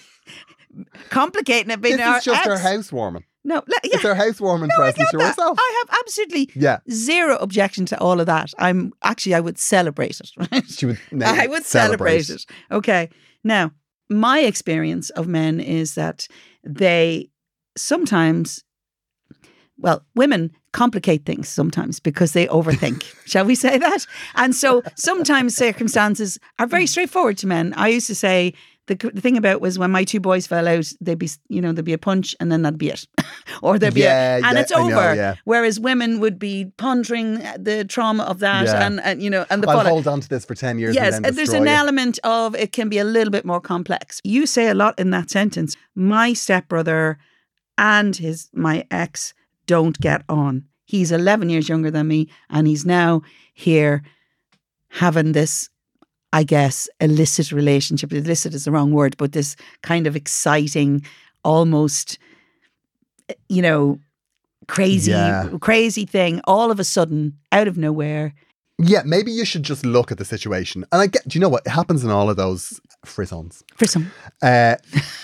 Speaker 2: complicating it. Being
Speaker 3: this
Speaker 2: our
Speaker 3: is just our
Speaker 2: ex.
Speaker 3: housewarming.
Speaker 2: No, le- yeah,
Speaker 3: It's our housewarming
Speaker 2: no, I
Speaker 3: present
Speaker 2: get
Speaker 3: to
Speaker 2: that.
Speaker 3: herself.
Speaker 2: I have absolutely
Speaker 3: yeah,
Speaker 2: zero objection to all of that. I'm actually, I would celebrate it. Right?
Speaker 3: she would. no,
Speaker 2: I would celebrate. it. Okay. Now, my experience of men is that they sometimes, well, women complicate things sometimes because they overthink. shall we say that? And so sometimes circumstances are very straightforward to men. I used to say, the, c- the thing about was when my two boys fell out, they'd be, s- you know, there'd be a punch and then that'd be it. or there'd be
Speaker 3: Yeah,
Speaker 2: a, and
Speaker 3: yeah,
Speaker 2: it's
Speaker 3: I
Speaker 2: over.
Speaker 3: know, yeah.
Speaker 2: Whereas women would be pondering the trauma of that
Speaker 3: Yeah.
Speaker 2: and, and, you know, and the
Speaker 3: I'll
Speaker 2: fallout.
Speaker 3: hold on to this for ten years.
Speaker 2: Yes,
Speaker 3: and then
Speaker 2: and there's
Speaker 3: destroy
Speaker 2: an
Speaker 3: it.
Speaker 2: element of it can be a little bit more complex. You say a lot in that sentence. My stepbrother and his my ex don't get on. He's 11 years younger than me and he's now here having this I guess illicit relationship. Illicit is the wrong word, but this kind of exciting almost you know crazy
Speaker 3: Yeah.
Speaker 2: crazy thing all of a sudden out of nowhere.
Speaker 3: Yeah, maybe you should just look at the situation. And I get, do you know what? It happens in all of those frissons.
Speaker 2: For some
Speaker 3: Uh,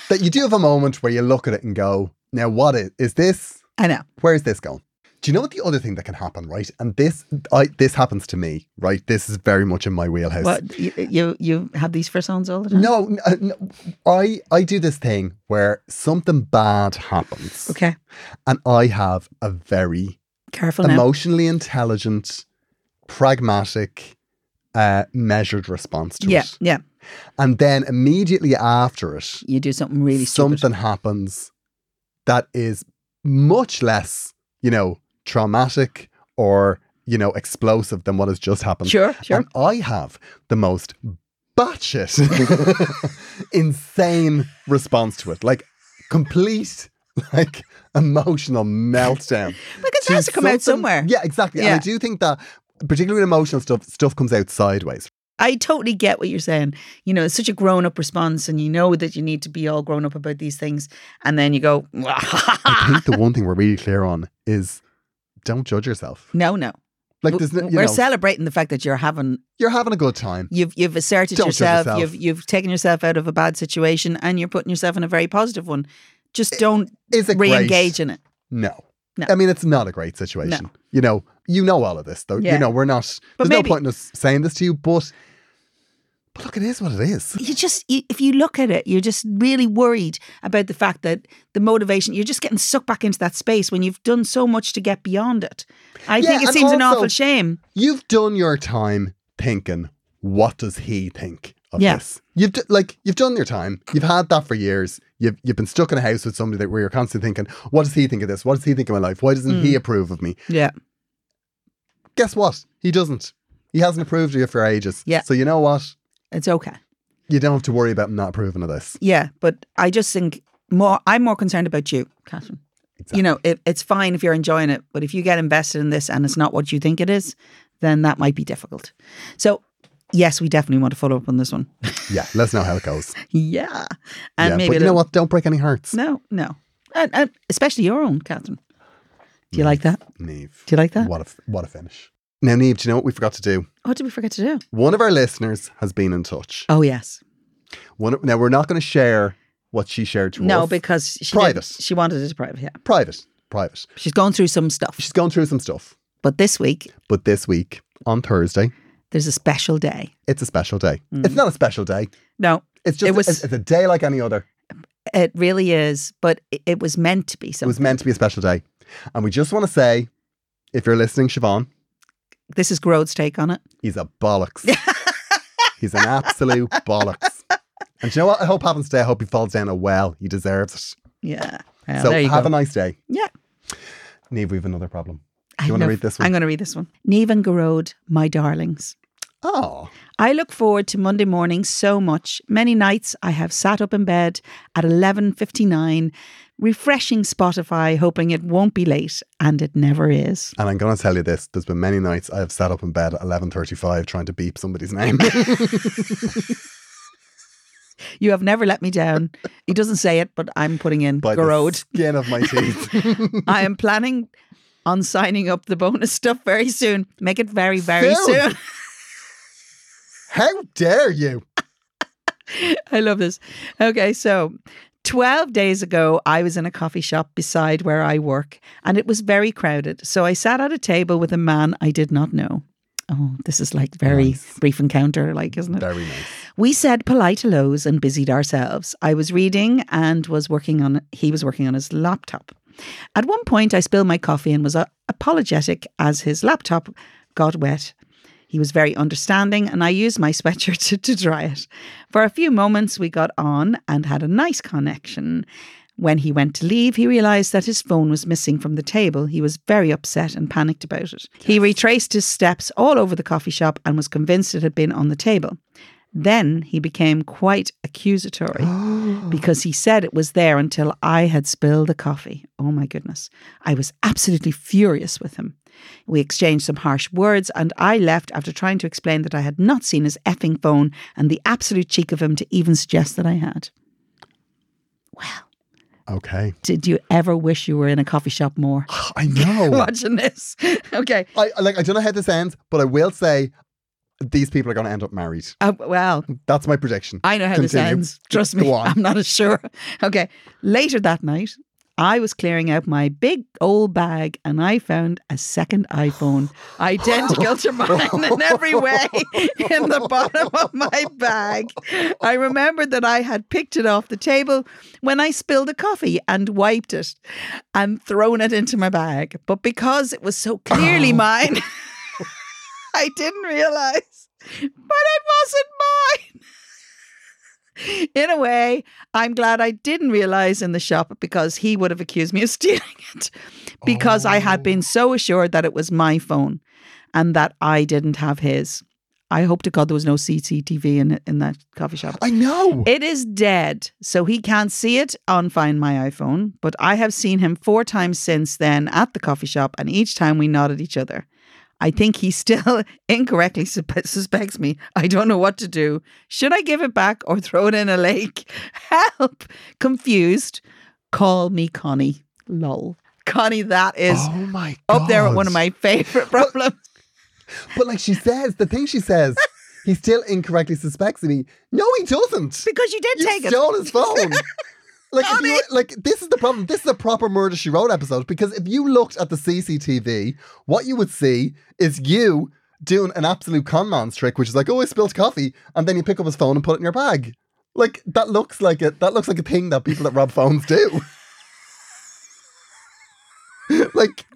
Speaker 3: that you do have a moment where you look at it and go, now what is, is this?
Speaker 2: I know.
Speaker 3: Where is this going? Do you know what the other thing that can happen, right? And this, I, this happens to me, right? This is very much in my wheelhouse.
Speaker 2: What you, you you have these frissons all the time?
Speaker 3: No, n- uh, n- I, I do this thing where something bad happens.
Speaker 2: Okay.
Speaker 3: And I have a very
Speaker 2: Careful now.
Speaker 3: emotionally intelligent, pragmatic, uh, measured response to
Speaker 2: Yeah,
Speaker 3: it.
Speaker 2: yeah.
Speaker 3: And then immediately after it,
Speaker 2: You do something really
Speaker 3: something
Speaker 2: stupid.
Speaker 3: happens that is much less, you know, traumatic or, you know, explosive than what has just happened.
Speaker 2: Sure, sure.
Speaker 3: And I have the most batshit, insane response to it. Like, complete, like, emotional meltdown.
Speaker 2: Because it
Speaker 3: to
Speaker 2: has to come out
Speaker 3: something-
Speaker 2: somewhere.
Speaker 3: Yeah, exactly. And I
Speaker 2: Yeah.
Speaker 3: do think that, particularly with emotional stuff, stuff comes out sideways.
Speaker 2: I totally get what you're saying. You know, it's such a grown up response, and you know that you need to be all grown up about these things. And then you go, Ah.
Speaker 3: I think the one thing we're really clear on is don't judge yourself.
Speaker 2: no, no.
Speaker 3: Like,
Speaker 2: W-
Speaker 3: there's no, you
Speaker 2: We're
Speaker 3: know,
Speaker 2: celebrating the fact that you're having,
Speaker 3: you're having a good time.
Speaker 2: you've you've asserted
Speaker 3: Don't judge
Speaker 2: yourself,
Speaker 3: yourself.
Speaker 2: you've you've taken yourself out of a bad situation, and you're putting yourself in a very positive one. Just don't
Speaker 3: Is it
Speaker 2: re
Speaker 3: great?
Speaker 2: engage in it.
Speaker 3: No.
Speaker 2: No.
Speaker 3: I mean, it's not a great situation. You know, you know all of this, though. You
Speaker 2: Yeah.
Speaker 3: know, we're not.
Speaker 2: But
Speaker 3: there's
Speaker 2: maybe-
Speaker 3: no point in us saying this to you, but but look, it is what it is.
Speaker 2: you just you, if you look at it you're just really worried about the fact that the motivation you're just getting sucked back into that space when you've done so much to get beyond it i
Speaker 3: Yeah,
Speaker 2: think it
Speaker 3: and
Speaker 2: seems an
Speaker 3: also-
Speaker 2: awful shame
Speaker 3: You've done your time thinking. What does he think of
Speaker 2: Yeah.
Speaker 3: this? You've d- like you've done your time. You've had that for years. You've you've been stuck in a house with somebody that where you're constantly thinking, what does he think of this? What does he think of my life? Why doesn't
Speaker 2: Mm.
Speaker 3: he approve of me?
Speaker 2: yeah
Speaker 3: Guess what? He doesn't. He hasn't approved of you for ages.
Speaker 2: Yeah.
Speaker 3: So you know what?
Speaker 2: it's okay
Speaker 3: You don't have to worry about him not approving of this.
Speaker 2: yeah but i just think more i'm more concerned about you catherine You know, it, it's fine if you're enjoying it, but if you get invested in this and it's not what you think it is, then that might be difficult. So, yes, we definitely want to follow up on this one.
Speaker 3: Yeah, let us know how it goes.
Speaker 2: yeah, and
Speaker 3: yeah,
Speaker 2: maybe
Speaker 3: but
Speaker 2: a
Speaker 3: you know
Speaker 2: little-
Speaker 3: what? Don't break any hearts.
Speaker 2: No, no, and, and especially your own, Catherine. Do you like that?
Speaker 3: Neve.
Speaker 2: Do you like that?
Speaker 3: What a f- what a finish. Now, Neve, do you know what we forgot to do?
Speaker 2: What did we forget to do?
Speaker 3: One of our listeners has been in touch.
Speaker 2: Oh yes,
Speaker 3: One of- now we're not going to share what she shared to us.
Speaker 2: no, because she
Speaker 3: Private.
Speaker 2: didn't- She wanted it private. Yeah,
Speaker 3: private, private.
Speaker 2: she's going through some stuff.
Speaker 3: She's gone through some stuff,
Speaker 2: But this week
Speaker 3: but this week on Thursday,
Speaker 2: there's a special day.
Speaker 3: it's a special day. It's not a special day.
Speaker 2: No,
Speaker 3: It's just
Speaker 2: Hmm. It was-
Speaker 3: it's, it's a day like any other.
Speaker 2: it really is. But it, it was meant to be.
Speaker 3: It
Speaker 2: So
Speaker 3: was meant to be a special day, and we just want to say, if you're listening, Siobhan,
Speaker 2: this is Grode's take on it.
Speaker 3: he's a bollocks. he's an absolute bollocks. And do you know what? I hope happens today. I hope he falls down a well. He deserves it.
Speaker 2: Yeah. Well,
Speaker 3: so
Speaker 2: there you
Speaker 3: have
Speaker 2: go.
Speaker 3: a nice day.
Speaker 2: Yeah.
Speaker 3: Neve, we have another problem.
Speaker 2: I
Speaker 3: Do you want to
Speaker 2: love-
Speaker 3: read this
Speaker 2: I'm
Speaker 3: one?
Speaker 2: going to read this one. Neve and Garode, my darlings.
Speaker 3: Oh,
Speaker 2: I look forward to Monday morning so much. Many nights I have sat up in bed at 11:59 refreshing Spotify hoping it won't be late and it never is.
Speaker 3: and I'm going to tell you this. There's been many nights I have sat up in bed at 11.35 trying to beep somebody's name.
Speaker 2: You have never let me down. He doesn't say it but I'm putting in
Speaker 3: by the
Speaker 2: Garode.
Speaker 3: skin of my teeth.
Speaker 2: I am planning on signing up the bonus stuff very soon. Make it very very
Speaker 3: Soon.
Speaker 2: soon.
Speaker 3: How dare you?
Speaker 2: I love this. Okay, so 12 days ago, I was in a coffee shop beside where I work, and it was very crowded. So I sat at a table with a man I did not know. Oh, this is like very brief encounter, like, isn't it?
Speaker 3: Very nice.
Speaker 2: We said polite hellos and busied ourselves. I was reading and was working on he was working on his laptop. At one point I spilled my coffee and was uh, apologetic as his laptop got wet. He was very understanding and I used my sweatshirt to, to dry it. For a few moments we got on and had a nice connection. When he went to leave, he realized that his phone was missing from the table. He was very upset and panicked about it. He retraced his steps all over the coffee shop and was convinced it had been on the table. Then he became quite accusatory because he said it was there until I had spilled the coffee. Oh my goodness. I was absolutely furious with him. We exchanged some harsh words and I left after trying to explain that I had not seen his effing phone and the absolute cheek of him to even suggest that I had.
Speaker 3: Okay.
Speaker 2: Did you ever wish you were in a coffee shop more?
Speaker 3: I know.
Speaker 2: Watching this. okay.
Speaker 3: I like. I don't know how this ends, but I will say these people are going to end up married.
Speaker 2: Uh, well,
Speaker 3: That's my prediction.
Speaker 2: I know how this
Speaker 3: Continue.
Speaker 2: ends. Trust
Speaker 3: Go
Speaker 2: me,
Speaker 3: on.
Speaker 2: I'm not as sure. Okay. Later that night, I was clearing out my big old bag and I found a second iPhone identical to mine in every way in the bottom of my bag. I remembered that I had picked it off the table when I spilled a coffee and wiped it and thrown it into my bag. But because it was so
Speaker 3: Oh.
Speaker 2: clearly mine, I didn't realize, but it wasn't mine. In a way, I'm glad I didn't realize in the shop because he would have accused me of stealing it because I had been so assured that it was my phone and that I didn't have his. I hope to God there was no CCTV in in that coffee shop.
Speaker 3: I know.
Speaker 2: It is dead, so he can't see it on Find My iPhone. But I have seen him four times since then at the coffee shop, and each time we nod at each other. I think he still incorrectly suspe- suspects me. I don't know what to do. Should I give it back or throw it in a lake? Help! Confused. Call me Connie. Lol. Connie, that is
Speaker 3: oh my god.
Speaker 2: up there at one of my favorite problems.
Speaker 3: But like she says, the thing she says, he still incorrectly suspects me. No, he doesn't.
Speaker 2: Because you did
Speaker 3: You
Speaker 2: take it.
Speaker 3: stole his phone. Like, if you, were- like this is the problem. This is a proper murder she wrote episode because if you looked at the CCTV, what you would see is you doing an absolute con man's trick, which is like, oh, I spilled coffee, and then you pick up his phone and put it in your bag. Like that looks like it. That looks like a thing that people that rob phones do. like,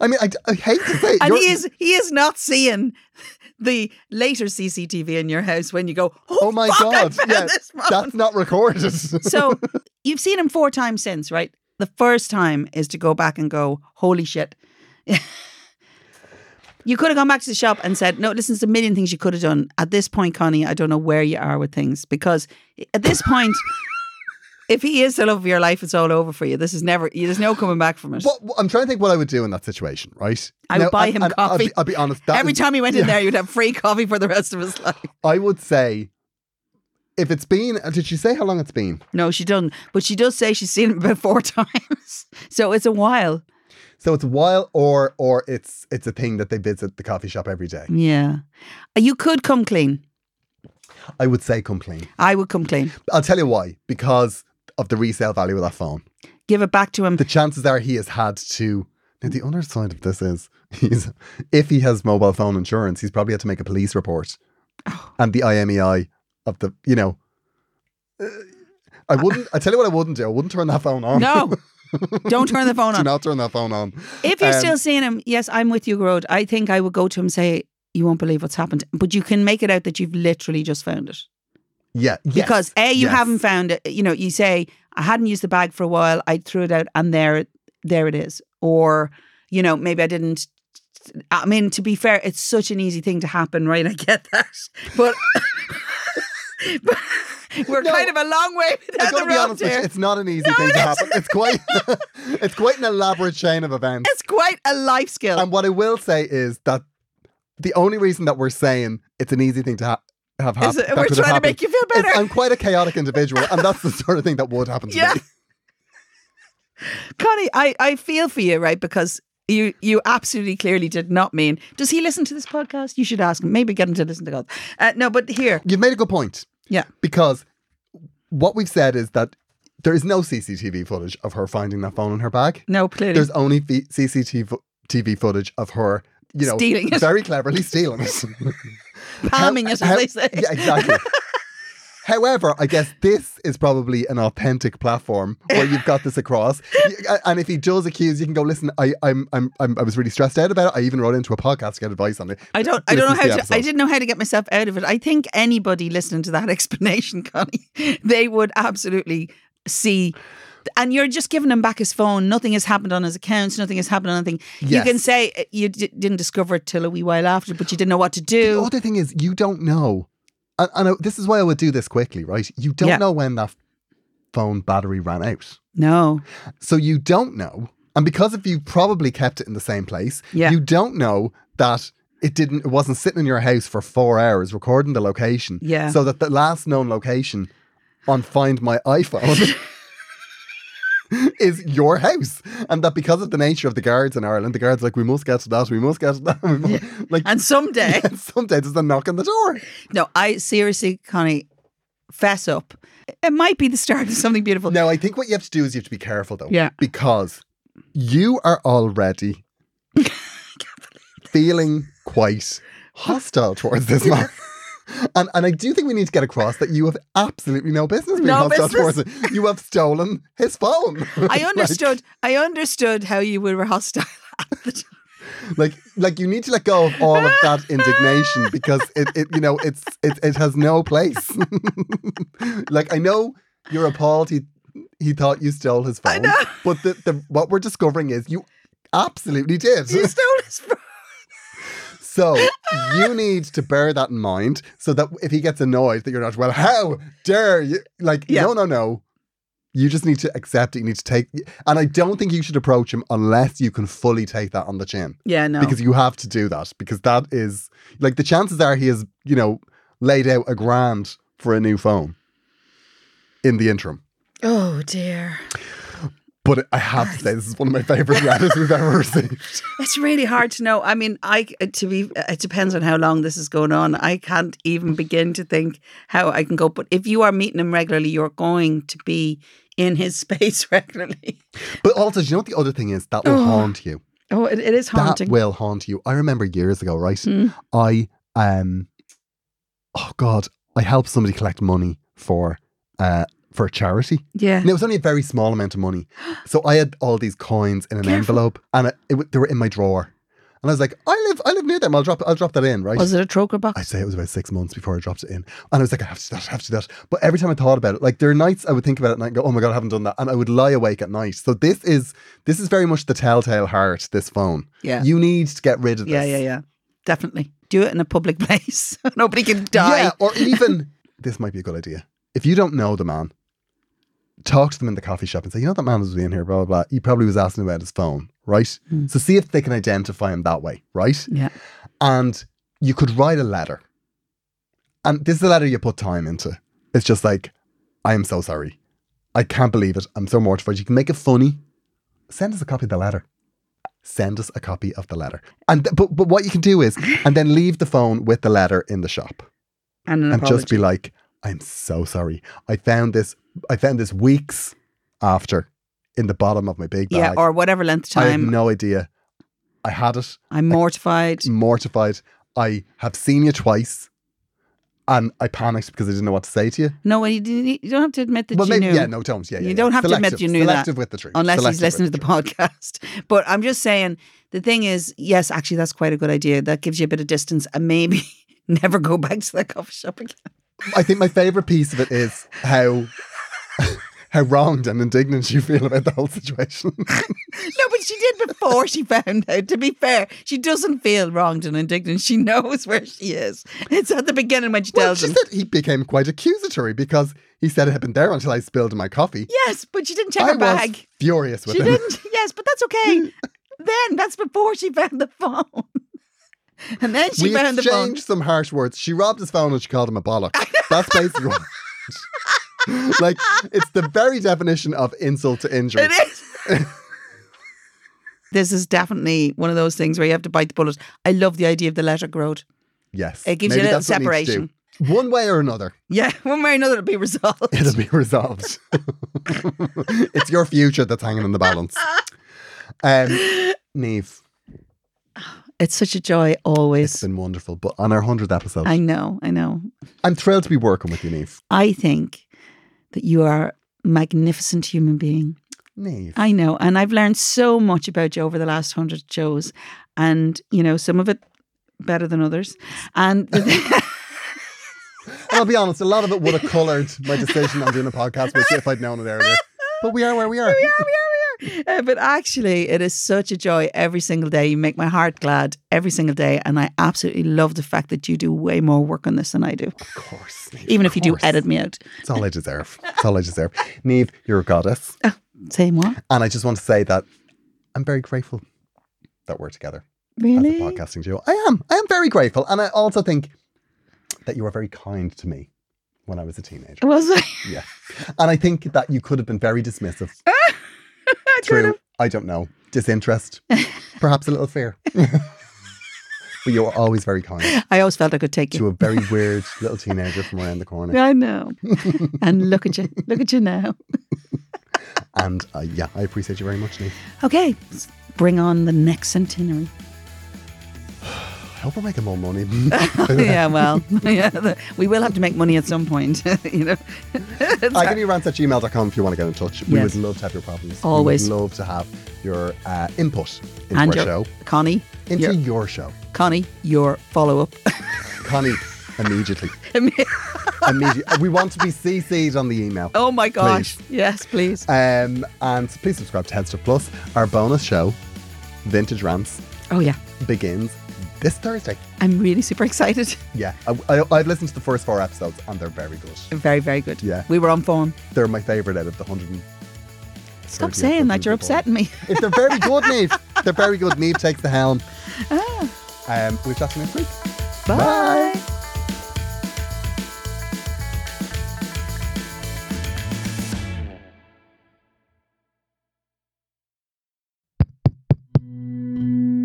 Speaker 3: I mean, I, I hate to say it.
Speaker 2: And
Speaker 3: you're-
Speaker 2: he is he is not seeing the later CCTV in your house when you go, oh,
Speaker 3: Oh my
Speaker 2: fuck, I
Speaker 3: god!
Speaker 2: found
Speaker 3: Yeah,
Speaker 2: this phone."
Speaker 3: that's not recorded.
Speaker 2: so you've seen him four times since, right? The first time is to go back and go, holy shit. you could have gone back to the shop and said, no, listen, there's a million things you could have done. At this point, Connie, I don't know where you are with things because at this point, if he is the love of your life, it's all over for you. This is never. There's no coming back from it.
Speaker 3: What, what- I'm trying to think what I would do in that situation, right?
Speaker 2: I would
Speaker 3: Now,
Speaker 2: buy
Speaker 3: and-
Speaker 2: him
Speaker 3: and I'll
Speaker 2: coffee.
Speaker 3: be, I'll be honest. that
Speaker 2: Every
Speaker 3: is-
Speaker 2: time he went in
Speaker 3: yeah.
Speaker 2: there, you'd have free coffee for the rest of his life.
Speaker 3: I would say, if it's been, uh, did you say how long it's been?
Speaker 2: No, she doesn't. But she does say she's seen him about four times. So it's a while.
Speaker 3: So it's a while, or or it's it's a thing that they visit the coffee shop every day.
Speaker 2: Yeah. You could come clean.
Speaker 3: I would say come clean.
Speaker 2: I would come clean.
Speaker 3: I'll tell you why. Because of the resale value of that phone.
Speaker 2: Give it back to him.
Speaker 3: The chances are he has had to. Now the other side of this is, he's if he has mobile phone insurance, he's probably had to make a police report,
Speaker 2: Oh.
Speaker 3: and the IMEI of the you know. uh, I wouldn't. I tell you what, I wouldn't do. I wouldn't turn that phone on.
Speaker 2: No. Don't turn the phone
Speaker 3: do
Speaker 2: on.
Speaker 3: not turn that phone on.
Speaker 2: If you're
Speaker 3: Um,
Speaker 2: still seeing him, yes, I'm with you, Grode. I think I would go to him and say, You won't believe what's happened. But you can make it out that you've literally just found it.
Speaker 3: Yeah. yes,
Speaker 2: Because A, you
Speaker 3: yes.
Speaker 2: haven't found it. You know, you say, I hadn't used the bag for a while, I threw it out and there it there it is. Or, you know, maybe I didn't I mean, to be fair, it's such an easy thing to happen, right? I get that. But, but we're
Speaker 3: No,
Speaker 2: kind of a long way
Speaker 3: I
Speaker 2: down the
Speaker 3: gotta be
Speaker 2: road
Speaker 3: honest with you,
Speaker 2: here.
Speaker 3: it's not an easy thing to happen. It's quite it's quite an elaborate chain of events.
Speaker 2: It's quite a life skill.
Speaker 3: And what I will say is that the only reason that we're saying it's an easy thing to ha- have hap-
Speaker 2: Is
Speaker 3: that
Speaker 2: it- we're
Speaker 3: could have happened.
Speaker 2: trying to make you feel
Speaker 3: is
Speaker 2: better.
Speaker 3: I'm quite a chaotic individual, and that's the sort of thing that would happen to
Speaker 2: Yeah.
Speaker 3: me.
Speaker 2: Connie, I, I feel for you, right? Because you you absolutely clearly did not mean. Does he listen to this podcast? You should ask him. Maybe get him to listen to God. Uh, no, but here,
Speaker 3: You've made a good point.
Speaker 2: yeah,
Speaker 3: Because what we've said is that there is no CCTV footage of her finding that phone in her bag.
Speaker 2: no, clearly,
Speaker 3: There's only v- CCTV TV footage of her, you know,
Speaker 2: Stealing it.
Speaker 3: very cleverly stealing it.
Speaker 2: palming it, as
Speaker 3: how-
Speaker 2: they say.
Speaker 3: Yeah, exactly. However, I guess this is probably an authentic platform where you've got this across. Y- And if he does accuse, you can go listen. I, I'm, I'm, I'm, I was really stressed out about it. I even wrote into a podcast to get advice on it.
Speaker 2: I don't. I don't know
Speaker 3: This is
Speaker 2: how
Speaker 3: the
Speaker 2: to. I
Speaker 3: episode.
Speaker 2: didn't know how to get myself out of it. I think anybody listening to that explanation, Connie, they would absolutely see. And you're just giving him back his phone. Nothing has happened on his accounts. Nothing has happened on anything.
Speaker 3: Yes.
Speaker 2: You can say uh, you d- didn't discover it till a wee while after, but you didn't know what to do.
Speaker 3: The other thing is, you don't know. And, and I, this is why I would do this quickly, right? You don't
Speaker 2: Yeah.
Speaker 3: know when that phone battery ran out.
Speaker 2: no.
Speaker 3: So you don't know. And because if you probably kept it in the same place,
Speaker 2: Yeah.
Speaker 3: you don't know that it didn't it wasn't sitting in your house for four hours recording the location.
Speaker 2: Yeah.
Speaker 3: So that the last known location on Find My iPhone is your house. And that because of the nature of the guards in Ireland, the guards are like, we must get to that, we must get to that. We must. Like
Speaker 2: And someday,
Speaker 3: and sometimes there's a knock on the door.
Speaker 2: no, I seriously, Connie, fess up. It might be the start of something beautiful.
Speaker 3: Now, I think what you have to do is you have to be careful though.
Speaker 2: Yeah.
Speaker 3: Because you are already feeling quite hostile towards this man. And, and I do think we need to get across that you have absolutely no business being
Speaker 2: No
Speaker 3: hostile
Speaker 2: business.
Speaker 3: towards it. You have stolen his phone.
Speaker 2: I understood. I understood how you were hostile at the time.
Speaker 3: like like you need to let go of all of that indignation because it, it you know it's it, it has no place like i know you're appalled he he thought you stole his phone but the, the what we're discovering is you absolutely did
Speaker 2: You stole his phone.
Speaker 3: so you need to bear that in mind so that if he gets annoyed that you're not well how dare you like
Speaker 2: Yeah.
Speaker 3: no no no you just need to accept it. You need to take, and I don't think you should approach him unless you can fully take that on the chin
Speaker 2: Yeah, no.
Speaker 3: because you have to do that because that is like the chances are he has you know laid out a grand for a new phone in the interim
Speaker 2: oh dear,
Speaker 3: but i have to say this is one of my favorite letters we've ever received
Speaker 2: it's really hard to know. I mean, I uh, to be it depends on how long this is going on. I can't even begin to think how I can go. But if you are meeting him regularly, you're going to be in his space regularly.
Speaker 3: but also do you know what the other thing is that will
Speaker 2: Oh,
Speaker 3: haunt you
Speaker 2: Oh, it, it is haunting.
Speaker 3: that will haunt you i remember years ago right
Speaker 2: Hmm.
Speaker 3: i um oh god i helped somebody collect money for uh for a charity
Speaker 2: yeah.
Speaker 3: And it was only a very small amount of money. So I had all these coins in an
Speaker 2: Careful.
Speaker 3: envelope and it, it, w- they were in my drawer. And I was like, I live I live near them. I'll drop I'll drop that in, right?
Speaker 2: Was it a troker box?
Speaker 3: I'd say it was about six months before I dropped it in. And I was like, I have to do that, I have to do that. But every time I thought about it, like there are nights I would think about it at night and go, Oh my god, I haven't done that. And I would lie awake at night. So this is this is very much the telltale heart, this phone.
Speaker 2: Yeah.
Speaker 3: You need to get rid of this.
Speaker 2: Yeah, yeah, yeah. Definitely. Do it in a public place. Nobody can die.
Speaker 3: Yeah, or even this might be a good idea. If you don't know the man, talk to them in the coffee shop and say, you know, that man was in here, blah, blah, blah. He probably was asking about his phone, right?
Speaker 2: Mm.
Speaker 3: So see if they can identify him that way, right?
Speaker 2: Yeah.
Speaker 3: And you could write a letter. And this is a letter you put time into. It's just like, I am so sorry. I can't believe it. I'm so mortified. You can make it funny. Send us a copy of the letter. Send us a copy of the letter. And th- but but what you can do is and then leave the phone with the letter in the shop
Speaker 2: And an
Speaker 3: and
Speaker 2: apology.
Speaker 3: just be like, I'm so sorry. I found this I found this weeks after in the bottom of my big bag.
Speaker 2: yeah, or whatever length of
Speaker 3: I have
Speaker 2: time.
Speaker 3: no Mm. idea. I had it.
Speaker 2: I'm mortified.
Speaker 3: mortified. I have seen you twice, and I panicked because I didn't know what to say to you.
Speaker 2: No, you, didn't- you don't have to admit that
Speaker 3: But
Speaker 2: you
Speaker 3: maybe,
Speaker 2: knew.
Speaker 3: yeah, no, don't. Yeah, yeah,
Speaker 2: You
Speaker 3: yeah.
Speaker 2: don't have to admit
Speaker 3: Selective.
Speaker 2: you knew that.
Speaker 3: Selective with the truth.
Speaker 2: unless
Speaker 3: Selective
Speaker 2: he's listening to
Speaker 3: with
Speaker 2: the podcast. But I'm just saying, the thing is, yes, actually, that's quite a good idea. That gives you a bit of distance, and maybe never go back to that coffee shop again.
Speaker 3: truth. I think my favorite piece of it is how how wronged and indignant you feel about the whole situation.
Speaker 2: No, but she did before she found out. To be fair, she doesn't feel wronged and indignant. She knows where she is. It's at the beginning when she
Speaker 3: well,
Speaker 2: tells
Speaker 3: she
Speaker 2: him.
Speaker 3: said he became quite accusatory because he said it had been there until I spilled my coffee.
Speaker 2: yes, but she didn't check
Speaker 3: I
Speaker 2: her bag.
Speaker 3: was furious with
Speaker 2: She
Speaker 3: him.
Speaker 2: didn't. Yes, but that's okay. then that's before she found the phone. And then she
Speaker 3: we
Speaker 2: found the phone.
Speaker 3: exchanged some harsh words. She robbed his phone and she called him a bollock. That's basically what. like it's the very definition of insult to injury.
Speaker 2: It is. this is definitely one of those things where you have to bite the bullet. I love the idea of the letter growth.
Speaker 3: Yes,
Speaker 2: It gives you
Speaker 3: maybe
Speaker 2: a little
Speaker 3: that's what we need to do. One way or another,
Speaker 2: Yeah, one way or another, it'll be resolved.
Speaker 3: it'll be resolved. it's your future that's hanging in the balance. Um, Neve,
Speaker 2: It's such a joy
Speaker 3: it's
Speaker 2: always.
Speaker 3: been wonderful, but on our hundredth episode,
Speaker 2: I know, I know.
Speaker 3: I'm thrilled to be working with you, Neve.
Speaker 2: I think that you are a magnificent human being.
Speaker 3: Neve,
Speaker 2: I know. And I've learned so much about you over the last hundred shows. And, you know, some of it better than others. And the thing-
Speaker 3: and I'll be honest, a lot of it would have coloured my decision on doing a podcast with you if I'd known it earlier. But we are where we are.
Speaker 2: Uh, but actually, it is such a joy every single day. You make my heart glad every single day. And I absolutely love the fact that you do way more work on this than I do,
Speaker 3: Of course, Neve,
Speaker 2: even
Speaker 3: of
Speaker 2: if you do
Speaker 3: course.
Speaker 2: edit me out.
Speaker 3: It's all I deserve. It's all I deserve. Neve, you're a goddess.
Speaker 2: Oh. Say what?
Speaker 3: And I just want to say that I'm very grateful that we're together
Speaker 2: Really?
Speaker 3: as a podcasting duo. I am. I am very grateful. And I also think that you were very kind to me when I was a teenager.
Speaker 2: Was I?
Speaker 3: yeah. And I think that you could have been very dismissive through, I don't know, disinterest, perhaps a little fear. but you were always very kind
Speaker 2: I always felt I could take you.
Speaker 3: to a very weird little teenager from around the corner.
Speaker 2: I know. and look at you. Look at you now.
Speaker 3: And uh, yeah, I appreciate you very much, Neve.
Speaker 2: Okay. let's Bring on the next centenary.
Speaker 3: I hope we're making more money.
Speaker 2: Oh, yeah, well, yeah, the- we will have to make money at some point, you know.
Speaker 3: I can be rants at gmail.com if you want to get in touch. We
Speaker 2: Yes.
Speaker 3: would love to have your problems.
Speaker 2: Always.
Speaker 3: We would love to have your uh, input into
Speaker 2: and
Speaker 3: our
Speaker 2: your
Speaker 3: show.
Speaker 2: Connie,
Speaker 3: Into
Speaker 2: your,
Speaker 3: your show.
Speaker 2: Connie, your follow up.
Speaker 3: Connie, immediately. immediately. We want to be CC'd on the email.
Speaker 2: oh my gosh!
Speaker 3: Please.
Speaker 2: Yes, plees
Speaker 3: Um, and please subscribe to Headstuff Plus. Our bonus show, Vintage Rants,
Speaker 2: Oh yeah,
Speaker 3: begins this Thursday.
Speaker 2: I'm really super excited.
Speaker 3: Yeah, I, I, I've listened to the first four episodes and they're very good.
Speaker 2: Very, very good.
Speaker 3: Yeah.
Speaker 2: we were on phone.
Speaker 3: They're my favourite out of the 100. and-
Speaker 2: Stop
Speaker 3: Thirty
Speaker 2: saying that. You're
Speaker 3: episodes
Speaker 2: upsetting
Speaker 3: of
Speaker 2: me.
Speaker 3: If they're very good, Neve. They're very good. Neve takes the helm. Um, we'll chat to you next week.
Speaker 2: Bye.